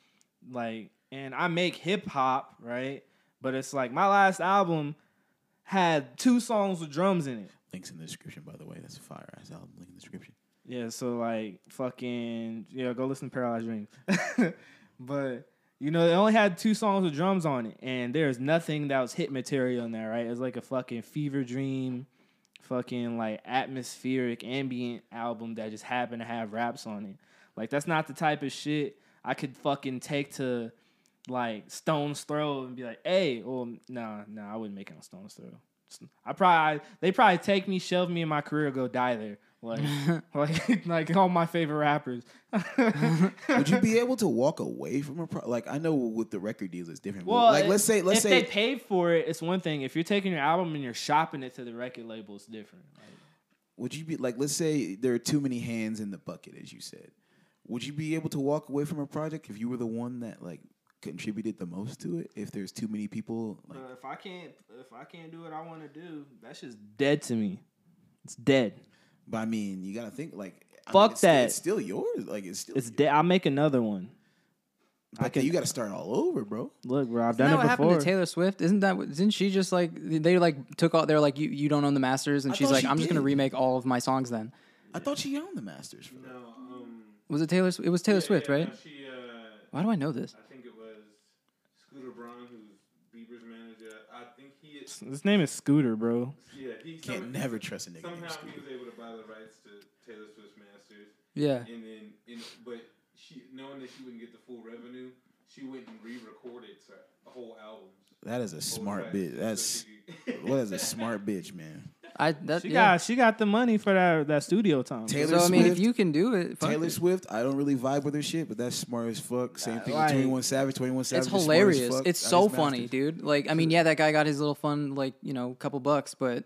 [SPEAKER 4] like and I make hip hop, right? But it's like my last album had two songs with drums in it.
[SPEAKER 2] Links in the description, by the way. That's a fire ass album. Link in the description.
[SPEAKER 4] Yeah, so like fucking yeah, go listen to Paralyzed Dreams. but you know, it only had two songs with drums on it, and there's nothing that was hit material in there, right? It's like a fucking fever dream, fucking like atmospheric ambient album that just happened to have raps on it. Like that's not the type of shit I could fucking take to like Stone's Throw and be like, hey, well, nah, nah, I wouldn't make it on Stone's Throw. I probably they probably take me, shove me in my career, go die there. Like, like, like all my favorite rappers.
[SPEAKER 2] Would you be able to walk away from a pro? Like I know with the record deal it's different. but,
[SPEAKER 4] Well,
[SPEAKER 2] like let's say let's
[SPEAKER 4] if
[SPEAKER 2] say
[SPEAKER 4] they paid for it, it's one thing. If you're taking your album and you're shopping it to the record label, it's different. Like,
[SPEAKER 2] would you be like let's say there are too many hands in the bucket as you said. Would you be able to walk away from a project if you were the one that like contributed the most to it? If there's too many people like
[SPEAKER 4] if I can't, if I can't do what I want to do, that's just dead to me. It's dead.
[SPEAKER 2] but I mean you gotta think like I mean,
[SPEAKER 4] Fuck
[SPEAKER 2] it's still-
[SPEAKER 4] that.
[SPEAKER 2] it's still yours. Like it's still
[SPEAKER 4] It's
[SPEAKER 2] yours.
[SPEAKER 4] dead. I'll make another one.
[SPEAKER 2] But then you gotta start all over, bro.
[SPEAKER 4] Look, bro, I've
[SPEAKER 3] Isn't
[SPEAKER 4] done
[SPEAKER 3] that what
[SPEAKER 4] it
[SPEAKER 3] happened to
[SPEAKER 4] before.
[SPEAKER 3] Taylor Swift? Isn't that what- didn't she just like they like took all they're like you you don't own the masters and
[SPEAKER 2] I
[SPEAKER 3] she's
[SPEAKER 2] thought
[SPEAKER 3] like
[SPEAKER 2] she
[SPEAKER 3] I'm just gonna
[SPEAKER 2] did.
[SPEAKER 3] remake all of my songs then.
[SPEAKER 2] I thought she owned the masters for that.
[SPEAKER 5] No, um,
[SPEAKER 3] Was it Taylor? Sw- It was Taylor
[SPEAKER 5] yeah,
[SPEAKER 3] Swift,
[SPEAKER 5] yeah,
[SPEAKER 3] right?
[SPEAKER 5] no, she, uh,
[SPEAKER 3] Why do I know this?
[SPEAKER 5] I think it was Scooter Braun, who's Bieber's manager. I think he is.
[SPEAKER 4] His name is Scooter, bro.
[SPEAKER 5] Yeah, he
[SPEAKER 2] Can't
[SPEAKER 5] some-
[SPEAKER 2] never trust a nigga named
[SPEAKER 5] Somehow
[SPEAKER 2] Scooter.
[SPEAKER 5] he was able to buy the rights to Taylor Swift's masters,
[SPEAKER 3] Yeah.
[SPEAKER 5] and then, and, but she, knowing that she wouldn't get the full revenue, she went and re-recorded a whole albums.
[SPEAKER 2] That is a
[SPEAKER 5] whole
[SPEAKER 2] smart
[SPEAKER 5] tracks,
[SPEAKER 2] bitch.
[SPEAKER 5] so
[SPEAKER 2] That's
[SPEAKER 5] she could-
[SPEAKER 2] what is a smart bitch, man.
[SPEAKER 3] I that
[SPEAKER 4] She
[SPEAKER 3] yeah.
[SPEAKER 4] got, she got the money for that that studio time. bro.
[SPEAKER 2] Taylor
[SPEAKER 3] so I mean, if
[SPEAKER 2] Swift-
[SPEAKER 3] you can do it, fuck
[SPEAKER 2] Taylor
[SPEAKER 3] it. Uh,
[SPEAKER 2] Swift, I don't really vibe with her shit, but that's smart as fuck. Same thing
[SPEAKER 4] like-
[SPEAKER 2] with 21 Savage. 21 Savage.
[SPEAKER 3] it's
[SPEAKER 2] is smart as
[SPEAKER 3] hilarious.
[SPEAKER 2] fuck.
[SPEAKER 3] It's
[SPEAKER 2] That
[SPEAKER 3] so
[SPEAKER 2] is
[SPEAKER 3] funny,
[SPEAKER 2] masters.
[SPEAKER 3] dude. Like I mean, yeah, that guy got his little fun like you know couple bucks, but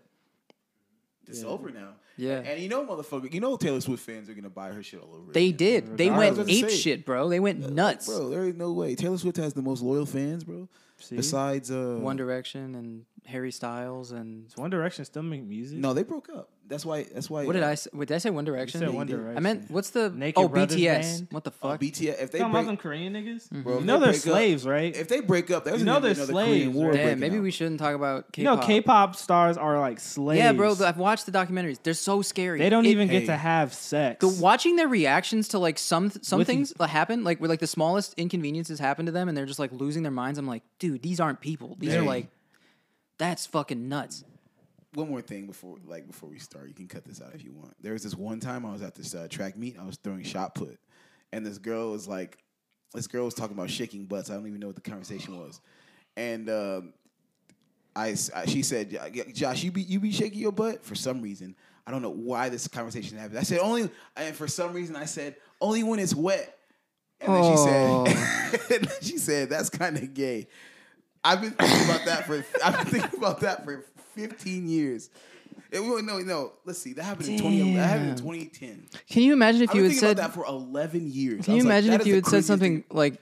[SPEAKER 2] It's over now.
[SPEAKER 3] Yeah.
[SPEAKER 2] And you know, motherfucker, you know Taylor Swift fans are going to buy her shit all over.
[SPEAKER 3] they
[SPEAKER 2] again.
[SPEAKER 3] did. They
[SPEAKER 2] I was
[SPEAKER 3] went
[SPEAKER 2] gonna
[SPEAKER 3] ape
[SPEAKER 2] say.
[SPEAKER 3] shit, bro. They went nuts.
[SPEAKER 2] Bro, there ain't no way. Taylor Swift has the most loyal fans, bro.
[SPEAKER 4] See?
[SPEAKER 2] Besides. Uh,
[SPEAKER 3] One Direction and Harry Styles and
[SPEAKER 4] One Direction still make music.
[SPEAKER 2] No, they broke up. That's why. That's why.
[SPEAKER 3] what did
[SPEAKER 2] uh,
[SPEAKER 3] I say? Wait, did I say One Direction?
[SPEAKER 4] said One
[SPEAKER 3] They did.
[SPEAKER 4] Direction.
[SPEAKER 3] I meant what's the
[SPEAKER 4] Naked
[SPEAKER 3] oh
[SPEAKER 4] Brothers
[SPEAKER 3] BTS?
[SPEAKER 4] Band?
[SPEAKER 3] What the
[SPEAKER 2] Oh,
[SPEAKER 3] fuck?
[SPEAKER 2] BTS. If they
[SPEAKER 4] talking
[SPEAKER 2] break,
[SPEAKER 4] about them Korean niggas.
[SPEAKER 2] bro, if they
[SPEAKER 4] You know they're
[SPEAKER 2] break up-
[SPEAKER 4] slaves, right?
[SPEAKER 2] If they break up, there's
[SPEAKER 4] You know
[SPEAKER 2] gonna be
[SPEAKER 4] they're
[SPEAKER 2] another Korean
[SPEAKER 4] slaves,
[SPEAKER 2] War.
[SPEAKER 4] right?
[SPEAKER 3] Damn,
[SPEAKER 2] breaking
[SPEAKER 3] maybe
[SPEAKER 2] out.
[SPEAKER 3] we shouldn't talk about
[SPEAKER 4] You
[SPEAKER 3] K-pop.
[SPEAKER 4] know, K-pop stars are like slaves.
[SPEAKER 3] Yeah, bro. I've watched the documentaries. They're so scary.
[SPEAKER 4] They don't
[SPEAKER 3] It-
[SPEAKER 4] even get
[SPEAKER 2] hey.
[SPEAKER 4] to have sex.
[SPEAKER 3] the watching their reactions to like some some
[SPEAKER 4] With-
[SPEAKER 3] things that happen, like where like the smallest inconveniences happen to them, and they're just like losing their minds. I'm like, dude, these aren't people. These are
[SPEAKER 2] Hey.
[SPEAKER 3] like, that's fucking nuts.
[SPEAKER 2] one more thing before like before we start, you can cut this out if you want. There was this one time I was at this uh, track meet, I was throwing shot put, and this girl was like, this girl was talking about shaking butts. I don't even know what the conversation was, and um, I, s- I- she said, "Yeah, yeah, Josh, you be you be shaking your butt for some reason. I don't know why this conversation happened. I said only, and for some reason I said only when it's wet. And then she said, and then she said that's kind of gay. I've been thinking about that for I've been thinking about that for 15 years. And we no no. Let's see. That happened in 20. That happened in
[SPEAKER 3] Damn.
[SPEAKER 2] 2010.
[SPEAKER 3] Can you imagine if
[SPEAKER 2] I've
[SPEAKER 3] you
[SPEAKER 2] been
[SPEAKER 3] had
[SPEAKER 2] thinking
[SPEAKER 3] said?
[SPEAKER 2] about that for 11 years.
[SPEAKER 3] Can you imagine if you had said something like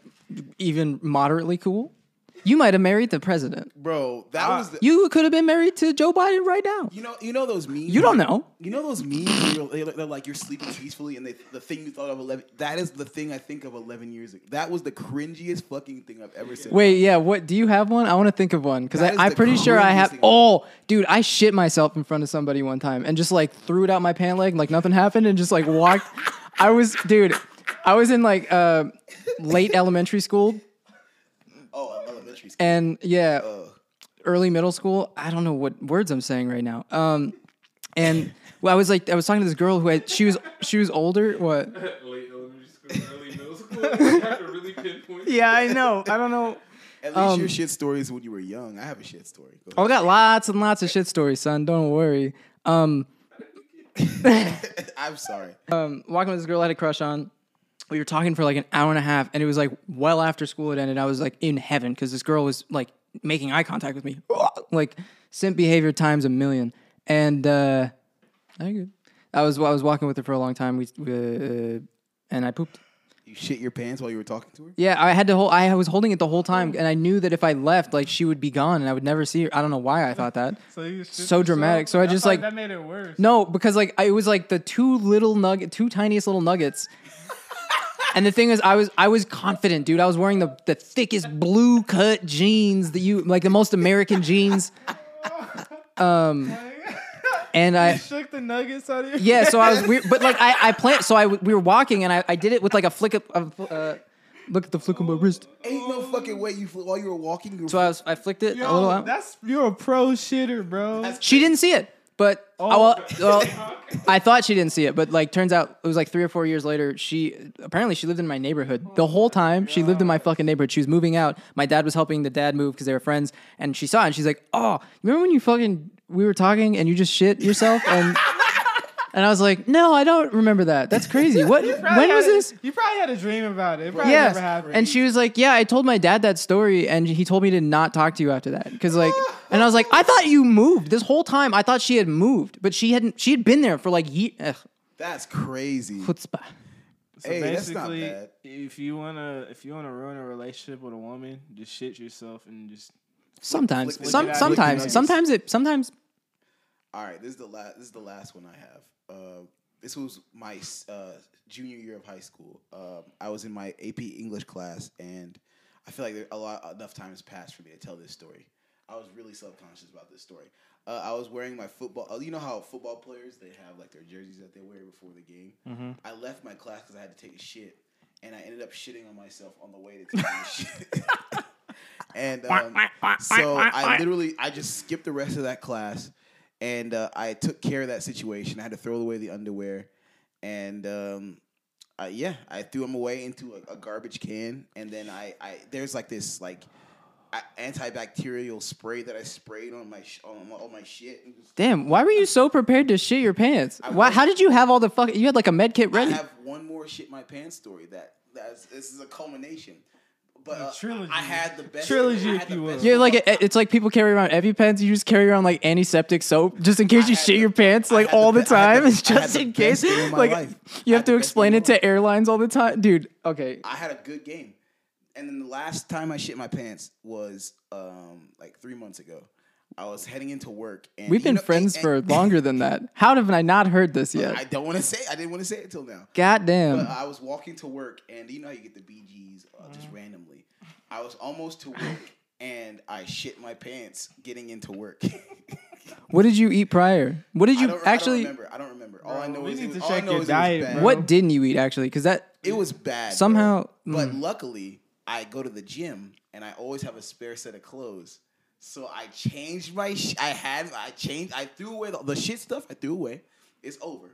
[SPEAKER 3] even moderately cool? You might have married the president.
[SPEAKER 2] bro? That was the, you,
[SPEAKER 3] You could have been married to Joe Biden right now.
[SPEAKER 2] know you know those memes.
[SPEAKER 3] You don't know.
[SPEAKER 2] You know those memes. Where you're, they're- they're like you're sleeping peacefully, and they, the thing you thought of 11. That is the thing I think of 11 years ago. That was the cringiest fucking thing I've ever seen.
[SPEAKER 3] Wait, yeah. What do you have one? I want to think of one because
[SPEAKER 2] That is
[SPEAKER 3] I'm
[SPEAKER 2] the
[SPEAKER 3] pretty sure I
[SPEAKER 2] craziest
[SPEAKER 3] have.
[SPEAKER 2] thing I've
[SPEAKER 3] Oh, dude, I shit myself in front of somebody one time and just like threw it out my pant leg like nothing happened and just like walked. I was, dude, I was in like uh, late elementary school
[SPEAKER 2] Oh, elementary school.
[SPEAKER 3] and yeah, early middle school. I don't know what words I'm saying right now. Um, and well, I was like, I was talking to this girl who had she was she was older. What?
[SPEAKER 5] Late elementary school, early middle school. You have to really pinpoint.
[SPEAKER 3] Yeah, I know. I don't know.
[SPEAKER 2] At least your shit story is when you were young. I have a shit story. Go
[SPEAKER 3] Um, Oh, I got lots and lots of shit stories, son. Don't worry. Um.
[SPEAKER 2] ahead. I'm sorry.
[SPEAKER 3] walking with this girl I had a crush on. we were talking for like an hour and a half, and it was like well after school had ended. I was like in heaven because this girl was like making eye contact with me, like simp behavior times a million. And uh, I think I was I was walking with her for a long time. We, we uh, and I pooped.
[SPEAKER 2] You shit your pants while you were talking to her?
[SPEAKER 3] Yeah, I had to hold. I was holding it the whole time, and I knew that if I left, like she would be gone, and I would never see her. I don't know why I thought that.
[SPEAKER 4] So, you just-
[SPEAKER 3] So dramatic. So I just,
[SPEAKER 4] thought
[SPEAKER 3] like-
[SPEAKER 4] that made it worse.
[SPEAKER 3] No, because like I, it was like the two little nugget, two tiniest little nuggets. and the thing is, I was I was confident, dude. I was wearing the the thickest blue cut jeans that you like the most American jeans. Um, and I
[SPEAKER 4] Shook the nuggets out of your
[SPEAKER 3] yeah, so I was weird, but like I I planned. So I w- we were walking, and I, I did it with like a flick of. of uh, Look at the flick of my wrist.
[SPEAKER 2] Ain't no fucking way you fl- while you were walking. You were
[SPEAKER 3] So I was, I flicked it a little
[SPEAKER 4] Yo,
[SPEAKER 3] out.
[SPEAKER 4] that's you're a pro shitter, bro.
[SPEAKER 3] She didn't see it, but oh. well, well, I thought she didn't see it, but like turns out it was like three or four years later. She apparently she lived in my neighborhood
[SPEAKER 4] Oh
[SPEAKER 3] the whole time. She lived in my fucking neighborhood. She was moving out. My dad was helping the dad move because they were friends, and she saw it, and she's like, "Oh, remember when you fucking we were talking and you just shit yourself?" And and I was like, "No, I don't remember that. That's crazy. What?
[SPEAKER 4] Probably
[SPEAKER 3] when
[SPEAKER 4] had
[SPEAKER 3] was
[SPEAKER 4] a-
[SPEAKER 3] this?"
[SPEAKER 4] You probably had a dream about it. It probably never
[SPEAKER 3] Yeah.
[SPEAKER 4] happened.
[SPEAKER 3] And she was like, Yeah, I told my dad that story and he told me to not talk to you after that. Cause like and I was like, I thought you moved. This whole time I thought she had moved, but she hadn't she had been there for like ye- ugh,
[SPEAKER 2] That's crazy.
[SPEAKER 3] chutzpah.
[SPEAKER 4] so
[SPEAKER 2] Hey, that's not
[SPEAKER 4] basically,
[SPEAKER 2] bad.
[SPEAKER 4] if you wanna if you wanna ruin a relationship with a woman, just shit yourself and just
[SPEAKER 3] Sometimes.
[SPEAKER 2] Flick-
[SPEAKER 3] Some
[SPEAKER 4] flick it out.
[SPEAKER 3] sometimes.
[SPEAKER 2] Flick it out.
[SPEAKER 3] Sometimes it sometimes
[SPEAKER 2] All right, this is the last. This is the last one I have. Uh, this was my uh, junior year of high school. Um, I was in my AP English class, and I feel like there, a lot enough time has passed for me to tell this story. I was really self conscious about this story. Uh, I was wearing my football. uh, You know how football players they have like their jerseys that they wear before the game. I left my class because I had to take a shit, and I ended up shitting on myself on the way to taking a shit. And um, so I literally I just skipped the rest of that class, and uh, I took care of that situation. I had to throw away the underwear, and um, uh, yeah, I threw them away into a, a garbage can. And then I, I there's like this like a- antibacterial spray that I sprayed on my sh- on my, on my shit. And just-
[SPEAKER 3] Damn, why were you so prepared to shit your pants? Why how did you have all the fuck you had like a med kit
[SPEAKER 2] I
[SPEAKER 3] ready?
[SPEAKER 2] have one more shit my pants story that that's this is a culmination. But uh,
[SPEAKER 4] trilogy.
[SPEAKER 2] I had the best
[SPEAKER 4] Trilogy,
[SPEAKER 2] I had
[SPEAKER 4] if
[SPEAKER 2] the
[SPEAKER 4] you
[SPEAKER 2] best-
[SPEAKER 4] will.
[SPEAKER 3] You're like it's like people carry around EpiPens. You just carry around like antiseptic soap just in case
[SPEAKER 2] I
[SPEAKER 3] you
[SPEAKER 2] had
[SPEAKER 3] shit
[SPEAKER 2] the-
[SPEAKER 3] your pants
[SPEAKER 2] I
[SPEAKER 3] like
[SPEAKER 2] had the
[SPEAKER 3] all the
[SPEAKER 2] be- I had
[SPEAKER 3] time,
[SPEAKER 2] the-
[SPEAKER 3] It's
[SPEAKER 2] I had
[SPEAKER 3] just
[SPEAKER 2] the
[SPEAKER 3] in
[SPEAKER 2] best
[SPEAKER 3] case.
[SPEAKER 2] day of my
[SPEAKER 3] Like
[SPEAKER 2] life.
[SPEAKER 3] you
[SPEAKER 2] I
[SPEAKER 3] have
[SPEAKER 2] had
[SPEAKER 3] to
[SPEAKER 2] the best
[SPEAKER 3] explain
[SPEAKER 2] day of
[SPEAKER 3] it
[SPEAKER 2] my life.
[SPEAKER 3] to airlines all the time, dude. Okay,
[SPEAKER 2] I had a good game. And then the last time I shit my pants was um, like three months ago. I was heading into work, and
[SPEAKER 3] we've
[SPEAKER 2] you
[SPEAKER 3] been
[SPEAKER 2] know-
[SPEAKER 3] friends
[SPEAKER 2] and-
[SPEAKER 3] for
[SPEAKER 2] and-
[SPEAKER 3] longer than that. How have I not heard this
[SPEAKER 2] I
[SPEAKER 3] yet?
[SPEAKER 2] don't want to say. I didn't want to say it till now.
[SPEAKER 3] God
[SPEAKER 2] But uh,
[SPEAKER 3] damn.
[SPEAKER 2] I was walking to work, and you know how you get the BGs uh, just
[SPEAKER 4] Mm.
[SPEAKER 2] randomly. I was almost to work, and I shit my pants getting into work.
[SPEAKER 3] What did you eat prior? What did
[SPEAKER 2] I
[SPEAKER 3] you
[SPEAKER 2] don't, I
[SPEAKER 3] actually?
[SPEAKER 2] don't remember. I don't remember. All I
[SPEAKER 4] Bro,
[SPEAKER 2] know
[SPEAKER 4] we
[SPEAKER 2] is it
[SPEAKER 4] need
[SPEAKER 2] was,
[SPEAKER 4] to
[SPEAKER 2] all I
[SPEAKER 4] check
[SPEAKER 2] know
[SPEAKER 4] your
[SPEAKER 2] is
[SPEAKER 4] diet,
[SPEAKER 2] it was bad.
[SPEAKER 4] bro.
[SPEAKER 3] What didn't you eat actually? Because that
[SPEAKER 2] It was bad. bro.
[SPEAKER 3] Somehow-
[SPEAKER 2] But
[SPEAKER 3] mm.
[SPEAKER 2] luckily, I go to the gym and I always have a spare set of clothes. So I changed my. Sh- I had. I changed. I threw away the, the shit stuff. I threw away. It's over,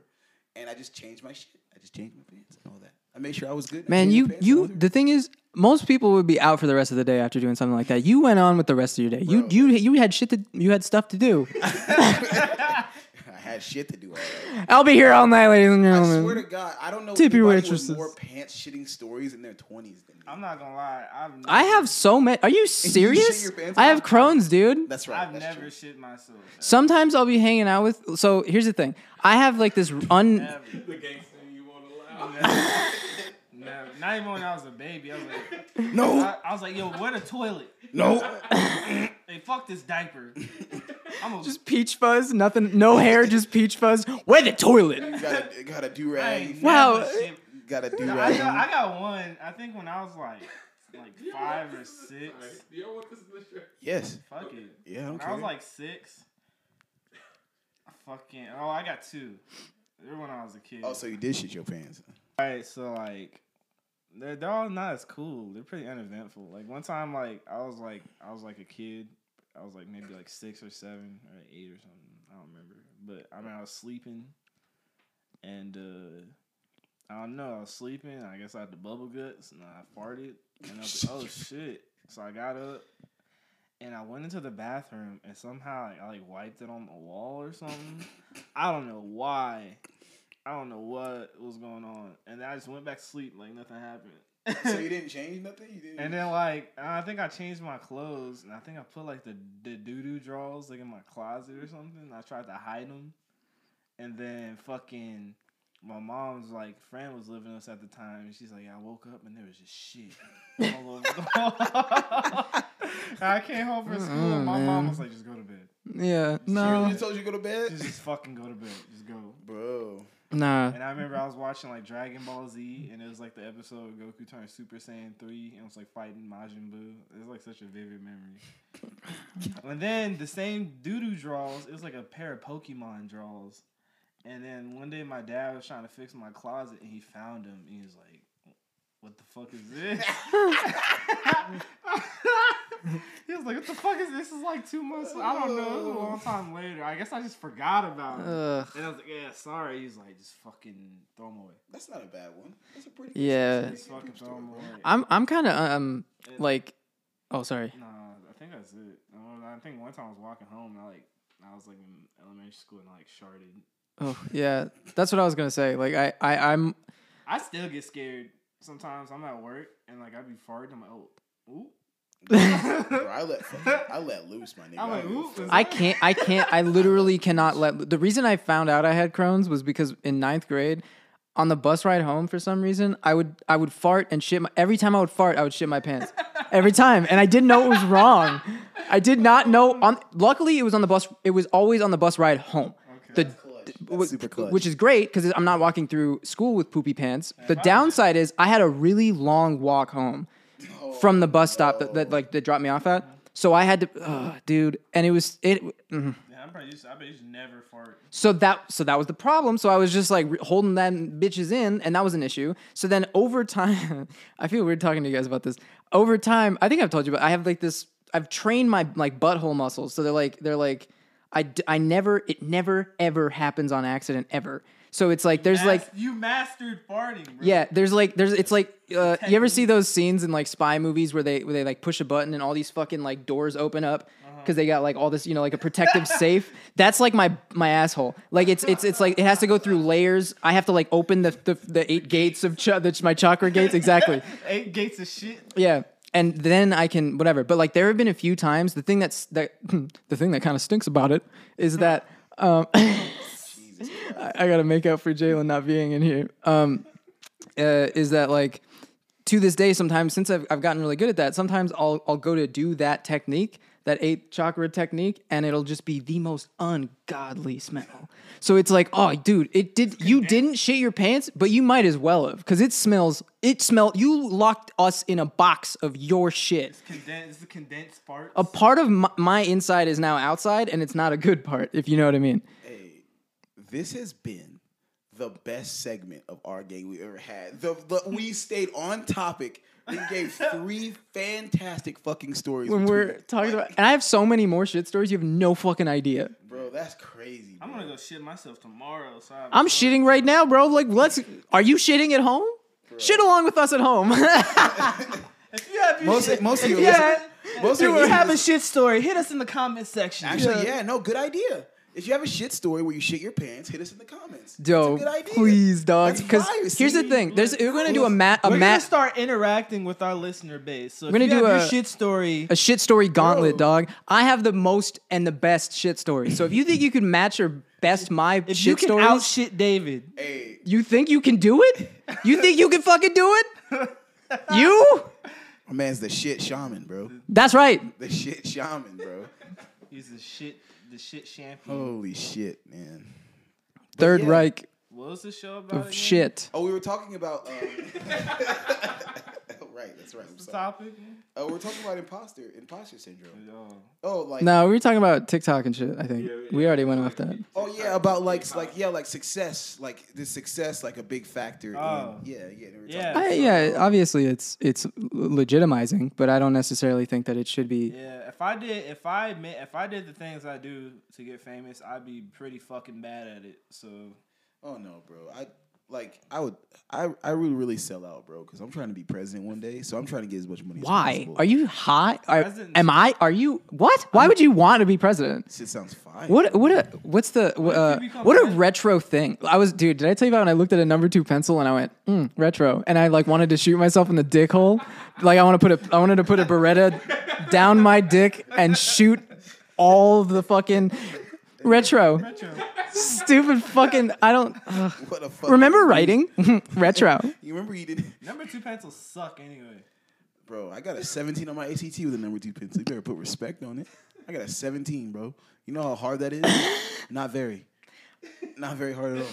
[SPEAKER 2] and I just changed my shit. I just changed my pants and all that. I made sure I was good. I
[SPEAKER 3] man,
[SPEAKER 2] changed my
[SPEAKER 3] you
[SPEAKER 2] pants, I
[SPEAKER 3] you
[SPEAKER 2] was
[SPEAKER 3] the thing is, most people would be out for the rest of the day after doing something like that. You went on with the rest of your day. You you you had shit to you had stuff to do.
[SPEAKER 2] there. I had shit to do. All day.
[SPEAKER 3] I'll be here all night, ladies and
[SPEAKER 2] I
[SPEAKER 3] gentlemen.
[SPEAKER 2] swear to God, I don't know.
[SPEAKER 3] Tip your
[SPEAKER 2] anybody with
[SPEAKER 3] waitresses.
[SPEAKER 2] More pants shitting stories in their twenties than me.
[SPEAKER 4] I'm not gonna lie, I've never,
[SPEAKER 3] I have so many. Are you serious?
[SPEAKER 2] your pants
[SPEAKER 3] I have
[SPEAKER 2] off?
[SPEAKER 3] Crohn's, dude.
[SPEAKER 2] That's right.
[SPEAKER 4] I've
[SPEAKER 2] that's
[SPEAKER 4] never
[SPEAKER 2] true.
[SPEAKER 4] shit myself.
[SPEAKER 3] Sometimes I'll be hanging out with. So here's the thing. I have like this un.
[SPEAKER 5] The gangster you won't allow.
[SPEAKER 4] Never. Not even when I was a baby. I was like,
[SPEAKER 2] No,
[SPEAKER 4] I, I was like, yo, where the toilet?
[SPEAKER 2] no.
[SPEAKER 4] Hey, fuck this diaper. I'm a,
[SPEAKER 3] Just peach fuzz, nothing, no hair, just peach fuzz. Where the toilet?
[SPEAKER 2] You gotta, gotta do
[SPEAKER 4] I ain't
[SPEAKER 2] rag.
[SPEAKER 3] Wow.
[SPEAKER 4] never shit
[SPEAKER 2] You gotta do
[SPEAKER 4] I got,
[SPEAKER 2] rag.
[SPEAKER 4] I got one. I think when I was like like five or six.
[SPEAKER 5] Do y'all want this in the shirt?
[SPEAKER 2] Yes.
[SPEAKER 4] Fuck it.
[SPEAKER 2] Yeah. I don't
[SPEAKER 4] When
[SPEAKER 2] care.
[SPEAKER 4] I was like six. I fucking oh, I got two. They were when I was a kid.
[SPEAKER 2] Oh, so you did shit your pants.
[SPEAKER 4] All right, so like, they're, they're all not as cool. They're pretty uneventful. Like one time, like I was like I was like a kid. I was like maybe like six or seven or eight or something. I don't remember. But I mean, I was sleeping, and uh I don't know. I was sleeping. I guess I had the bubble guts, and I farted, and I was like, oh shit. So I got up. And I went into the bathroom and somehow like, I like wiped it on the wall or something. I don't know why. I don't know what was going on, and I just went back to sleep like nothing
[SPEAKER 2] so you
[SPEAKER 4] happened.
[SPEAKER 2] didn't change nothing. You didn't.
[SPEAKER 4] and then like I think I changed my clothes, and I think I put like the the doo doo drawers like in my closet or something. I tried to hide them, and then fucking. My mom's like friend was living with us at the time, and she's like, I woke up and there was just shit all over the And I came home from school, and my
[SPEAKER 3] Mm-mm,
[SPEAKER 4] mom
[SPEAKER 3] man.
[SPEAKER 4] was like, "Just go to bed.
[SPEAKER 3] Yeah,
[SPEAKER 2] you
[SPEAKER 3] no,
[SPEAKER 2] told you to go to bed,
[SPEAKER 4] Just, just fucking go to bed. Just go."
[SPEAKER 2] bro.
[SPEAKER 3] nah.
[SPEAKER 4] And I remember I was watching like Dragon Ball Z, and it was like the episode where Goku turned Super Saiyan three, and was like fighting Majin Buu. It was like such a vivid memory. and then the same doo-doo draws. It was like a pair of Pokemon draws. And then one day my dad was trying to fix my closet, and he found them, and he was like, "What the fuck is this?" he was like, "What the fuck is this? This is like two months. I don't know. It was a long time later. I guess I just forgot about it."
[SPEAKER 3] Ugh.
[SPEAKER 4] And I was like, yeah, sorry. He's like, just fucking throw him away.
[SPEAKER 2] That's not a bad one. That's a pretty.
[SPEAKER 3] Yeah.
[SPEAKER 2] good
[SPEAKER 4] Just fucking throw him away.
[SPEAKER 3] I'm I'm kind of um
[SPEAKER 4] Yeah.
[SPEAKER 3] like, oh sorry.
[SPEAKER 4] nah, I think that's it. I, I think one time I was walking home and I like, I was like in elementary school and I like sharded.
[SPEAKER 3] Oh yeah, that's what I was gonna say. Like I I I'm
[SPEAKER 4] I still get scared sometimes. I'm at work and like I'd be farting. I'm like, oh, ooh.
[SPEAKER 2] Bro, I let fucking- I let loose, my nigga.
[SPEAKER 4] I'm like,
[SPEAKER 2] don't give a
[SPEAKER 4] ooh.
[SPEAKER 2] fuck.
[SPEAKER 4] is
[SPEAKER 3] I
[SPEAKER 4] that-
[SPEAKER 3] can't. I can't. I literally cannot let. The reason I found out I had Crohn's was because in ninth grade, on the bus ride home, for some reason, I would I would fart and shit. My, every time I would fart, I would shit my pants. Every time, and I didn't know it was wrong. I did not know. On luckily, it was on the bus. It was always on the bus ride home. The-
[SPEAKER 2] That's super clutch.
[SPEAKER 3] which is great because I'm not walking through school with poopy pants. The downside is I had a really long walk home from the bus stop that, that like that dropped me off at. So I had to, uh, dude, and it was it. mhm.
[SPEAKER 4] Yeah, I'm probably just, I bet you just never fart.
[SPEAKER 3] So that so that was the problem. So I was just like re- holding them bitches in, and that was an issue. So then over time, I feel weird talking to you guys about this. Over time, I think I've told you, but I have like this. I've trained my like butthole muscles, so they're like they're like I, d- I never it never ever happens on accident ever. So it's like there's like
[SPEAKER 4] Mas- you mastered farting, bro.
[SPEAKER 3] yeah, there's like there's it's like uh, you ever see those scenes in like spy movies where they where they like push a button and all these fucking like doors open up
[SPEAKER 4] Uh-huh.
[SPEAKER 3] because they got like all this you know like a protective safe. That's like my my asshole. Like it's it's it's like it has to go through layers. I have to like open the the, the eight gates of ch- that's my chakra gates exactly.
[SPEAKER 4] Eight gates of shit.
[SPEAKER 3] Yeah. And then I can whatever. But like there have been a few times the thing that's that the thing that kind of stinks about it is that um I, I gotta make up for Jalen not being in here. Um uh, is that like to this day sometimes since I've, I've gotten really good at that, sometimes I'll I'll go to do that technique, that eight chakra technique, and it'll just be the most ungodly smell. So it's like, oh dude, it did you didn't shit your pants, but you might as well have, because it smells it smell you locked us in a box of your shit.
[SPEAKER 4] Condensed, it's a condensed fart.
[SPEAKER 3] A part of my, my inside is now outside, and it's not a good part, if you know what I mean.
[SPEAKER 2] Hey, this has been the best segment of our game we ever had. The, the we stayed on topic. We gave three fantastic fucking stories.
[SPEAKER 3] When
[SPEAKER 2] between
[SPEAKER 3] we're
[SPEAKER 2] us.
[SPEAKER 3] talking
[SPEAKER 2] Like,
[SPEAKER 3] about, and I have so many more shit stories, you have no fucking idea.
[SPEAKER 2] bro, that's crazy.
[SPEAKER 4] I'm
[SPEAKER 2] bro.
[SPEAKER 4] gonna go shit myself tomorrow. So I have
[SPEAKER 3] I'm
[SPEAKER 4] fun.
[SPEAKER 3] shitting right now, bro. Like, let's. Are you shitting at home? Shit along with us at home.
[SPEAKER 4] If you have your
[SPEAKER 2] Most,
[SPEAKER 4] shit-
[SPEAKER 2] most of you,
[SPEAKER 3] yeah.
[SPEAKER 2] most of
[SPEAKER 4] If you have a
[SPEAKER 2] you,
[SPEAKER 4] shit story, hit us in the comment section.
[SPEAKER 2] actually, yeah, no, good idea. If you have a shit story where you shit your pants, hit us in the comments. That's a
[SPEAKER 3] Yo,
[SPEAKER 2] good idea.
[SPEAKER 3] please, dog.
[SPEAKER 2] That's
[SPEAKER 3] Because
[SPEAKER 2] fire,
[SPEAKER 3] here's the
[SPEAKER 2] see?
[SPEAKER 3] thing. There's we're gonna do a mat a
[SPEAKER 4] We're gonna
[SPEAKER 3] mat
[SPEAKER 4] start interacting with our listener base. So if
[SPEAKER 3] We're
[SPEAKER 4] you
[SPEAKER 3] gonna do
[SPEAKER 4] have your
[SPEAKER 3] a-
[SPEAKER 4] shit story.
[SPEAKER 3] a shit story gauntlet, dog. I have the most and the best shit story. So if you think you can match or best my
[SPEAKER 4] if
[SPEAKER 3] shit
[SPEAKER 4] you can
[SPEAKER 3] stories,
[SPEAKER 4] out shit David,
[SPEAKER 2] Hey,
[SPEAKER 3] you think you can do it? You think you can fucking do it? You?
[SPEAKER 2] my man's the shit shaman, bro.
[SPEAKER 3] That's right.
[SPEAKER 2] The shit shaman, bro.
[SPEAKER 4] he's the shit, the shit champion.
[SPEAKER 2] Holy shit, man.
[SPEAKER 3] Third
[SPEAKER 2] yeah.
[SPEAKER 3] Reich
[SPEAKER 4] What was the show about?
[SPEAKER 3] of
[SPEAKER 4] again?
[SPEAKER 3] shit.
[SPEAKER 2] Oh, we were talking about. Um, right, that's right. I'm
[SPEAKER 4] The
[SPEAKER 2] sorry.
[SPEAKER 4] topic.
[SPEAKER 2] Oh, we we're talking about imposter imposter syndrome.
[SPEAKER 4] Yo.
[SPEAKER 2] Oh, like
[SPEAKER 3] No, we were talking about TikTok and shit. I think
[SPEAKER 5] Yeah,
[SPEAKER 3] we
[SPEAKER 5] yeah.
[SPEAKER 3] already went off that.
[SPEAKER 2] oh yeah, about like s- like yeah, like success, like the success, like a big factor.
[SPEAKER 4] Oh.
[SPEAKER 2] in, yeah, yeah. they were talking
[SPEAKER 4] Yeah.
[SPEAKER 2] about-
[SPEAKER 3] I, yeah, obviously it's it's legitimizing, but I don't necessarily think that it should be.
[SPEAKER 4] Yeah, if I did, if I admit, if I did the things I do to get famous, I'd be pretty fucking bad at it. So
[SPEAKER 2] Oh no, bro. I like I would, I I really really sell out, bro, because I'm trying to be president one day, so I'm trying to get as much money. as
[SPEAKER 3] Why
[SPEAKER 2] possible.
[SPEAKER 3] are you hot? Are,
[SPEAKER 4] President's-
[SPEAKER 3] am I? Are you what? Why would you want to be president?
[SPEAKER 2] Shit sounds fine.
[SPEAKER 3] What what a what's the uh,
[SPEAKER 4] become
[SPEAKER 3] what a
[SPEAKER 4] red?
[SPEAKER 3] retro thing? I was dude. Did I tell you about when I looked at a number two pencil and I went mm, retro and I like wanted to shoot myself in the dick hole, like I want to put a I wanted to put a Beretta down my dick and shoot all the fucking retro stupid fucking I don't ugh.
[SPEAKER 2] What the fuck?
[SPEAKER 3] remember writing retro.
[SPEAKER 2] You remember you did,
[SPEAKER 4] Number two pencils suck anyway.
[SPEAKER 2] bro? I got a 17 on my ACT with a number two pencil. You better put respect on it. I got a 17, bro. You know how hard that is? Not very, not very hard at all.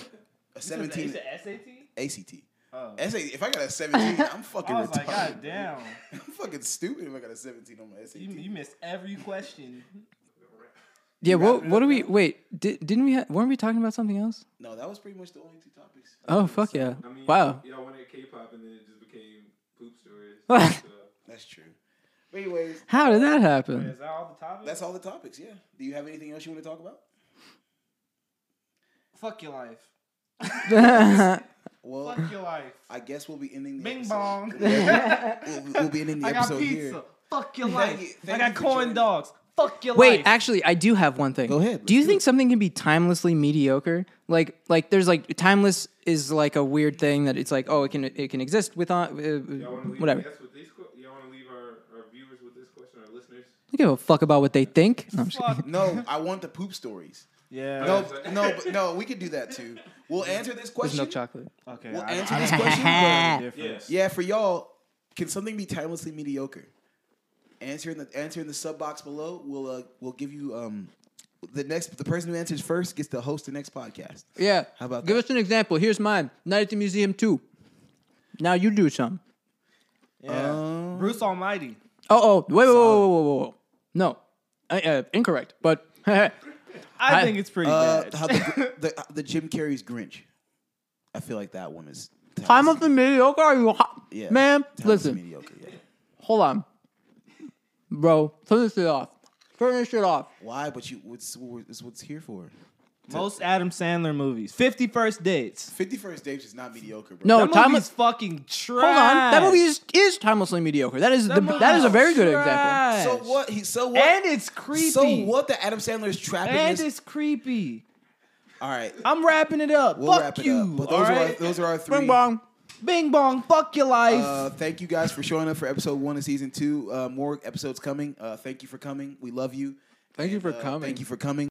[SPEAKER 2] A 17
[SPEAKER 4] SAT?
[SPEAKER 2] ACT.
[SPEAKER 4] Oh.
[SPEAKER 2] SA, if I got a 17, I'm fucking
[SPEAKER 4] I was
[SPEAKER 2] retarded.
[SPEAKER 4] like, God damn.
[SPEAKER 2] I'm fucking stupid if I got a 17 on my SAT.
[SPEAKER 4] You, you missed every question.
[SPEAKER 3] Yeah, what what do we wait? Did, didn't we ha- weren't we talking about something else?
[SPEAKER 2] no, that was pretty much the only two topics.
[SPEAKER 3] Oh fuck yeah!
[SPEAKER 5] I mean,
[SPEAKER 3] Wow.
[SPEAKER 5] Y'all went at K-pop and then it just became poop stories. so.
[SPEAKER 2] That's true. But anyways,
[SPEAKER 3] How did that happen?
[SPEAKER 4] Is that all the topics?
[SPEAKER 2] that's all the topics. Yeah. Do you have anything else you want to talk about?
[SPEAKER 4] Fuck your life.
[SPEAKER 2] Well,
[SPEAKER 4] Fuck your life.
[SPEAKER 2] I guess we'll be ending the
[SPEAKER 4] Bing
[SPEAKER 2] episode.
[SPEAKER 4] bong.
[SPEAKER 2] We'll, we'll be ending the
[SPEAKER 4] I got
[SPEAKER 2] episode
[SPEAKER 4] pizza.
[SPEAKER 2] here.
[SPEAKER 4] Fuck your
[SPEAKER 2] Thank
[SPEAKER 4] life.
[SPEAKER 2] you-
[SPEAKER 4] I
[SPEAKER 2] thank
[SPEAKER 4] got
[SPEAKER 2] you for
[SPEAKER 4] corn
[SPEAKER 2] joining.
[SPEAKER 4] dogs. Fuck your
[SPEAKER 3] Wait,
[SPEAKER 4] life.
[SPEAKER 3] actually, I do have one thing.
[SPEAKER 2] Go ahead,
[SPEAKER 3] Do you
[SPEAKER 2] let's do
[SPEAKER 3] think
[SPEAKER 2] it.
[SPEAKER 3] something can be timelessly mediocre? Like, like there's like timeless is like a weird thing that it's like, oh, it can it can exist with uh, uh,
[SPEAKER 5] Y'all want to leave
[SPEAKER 3] whatever.
[SPEAKER 5] Us with these, que- y'all want to leave our, our viewers with this question, our listeners?
[SPEAKER 3] I don't give a fuck about what they think. No, I'm just
[SPEAKER 4] Fuck.
[SPEAKER 2] No, I want the poop stories.
[SPEAKER 4] Yeah.
[SPEAKER 2] No, no, but no, we could do that too. We'll answer this
[SPEAKER 3] there's
[SPEAKER 2] question.
[SPEAKER 3] milk chocolate.
[SPEAKER 4] Okay.
[SPEAKER 2] We'll
[SPEAKER 4] I-
[SPEAKER 2] answer
[SPEAKER 4] I-
[SPEAKER 2] this question. but-
[SPEAKER 5] Yes.
[SPEAKER 2] yeah, for y'all, can something be timelessly mediocre? Answer in the answer in the sub box below. We'll uh, we'll give you um the next the person who answers first gets to host the next podcast.
[SPEAKER 3] Yeah.
[SPEAKER 2] How about
[SPEAKER 3] Give us an example. Here's mine. Night at the museum two. Now you do some.
[SPEAKER 4] Yeah.
[SPEAKER 2] Um,
[SPEAKER 4] Bruce Almighty.
[SPEAKER 3] Oh, oh, wait, whoa, whoa, whoa, whoa, whoa. No, I, uh, incorrect. But
[SPEAKER 4] I,
[SPEAKER 3] I-
[SPEAKER 4] think it's pretty
[SPEAKER 2] Uh,
[SPEAKER 4] bad.
[SPEAKER 2] how the, the the Jim Carrey's Grinch. I feel like that one is
[SPEAKER 3] timelessly mediocre. Are you hot?
[SPEAKER 2] Yeah.
[SPEAKER 3] Man,
[SPEAKER 2] timelessly
[SPEAKER 3] listen.
[SPEAKER 2] mediocre. Yeah.
[SPEAKER 3] Hold on. Bro, turn this shit off. Turn this shit off.
[SPEAKER 2] Why? But you what's what's what's here for?
[SPEAKER 4] Most Adam Sandler movies. Fifty First Dates.
[SPEAKER 2] Fifty First Dates is not mediocre, bro.
[SPEAKER 3] No,
[SPEAKER 4] That movie's
[SPEAKER 3] timeless.
[SPEAKER 4] fucking trash.
[SPEAKER 3] Oh, Hold on. That movie is, is timelessly mediocre. That is the,
[SPEAKER 4] movie
[SPEAKER 3] that is a very good example.
[SPEAKER 4] trash.
[SPEAKER 2] So what? He so what?
[SPEAKER 4] And it's creepy.
[SPEAKER 2] so what? The Adam Sandler is trapping
[SPEAKER 4] And
[SPEAKER 2] us.
[SPEAKER 4] it's creepy.
[SPEAKER 2] All right,
[SPEAKER 4] I'm wrapping it up.
[SPEAKER 2] we'll
[SPEAKER 4] fuck
[SPEAKER 2] wrap it
[SPEAKER 4] you.
[SPEAKER 2] up. But
[SPEAKER 4] all
[SPEAKER 2] those are our,
[SPEAKER 4] right?
[SPEAKER 2] those are our three.
[SPEAKER 3] Bing bong.
[SPEAKER 4] Bing bong. Fuck your life.
[SPEAKER 2] Uh, thank you guys for showing up for episode one of season two. Uh, more episodes coming. Uh, thank you for coming. We love you.
[SPEAKER 3] Thank you for
[SPEAKER 2] Uh,
[SPEAKER 3] coming.
[SPEAKER 2] Thank you for coming.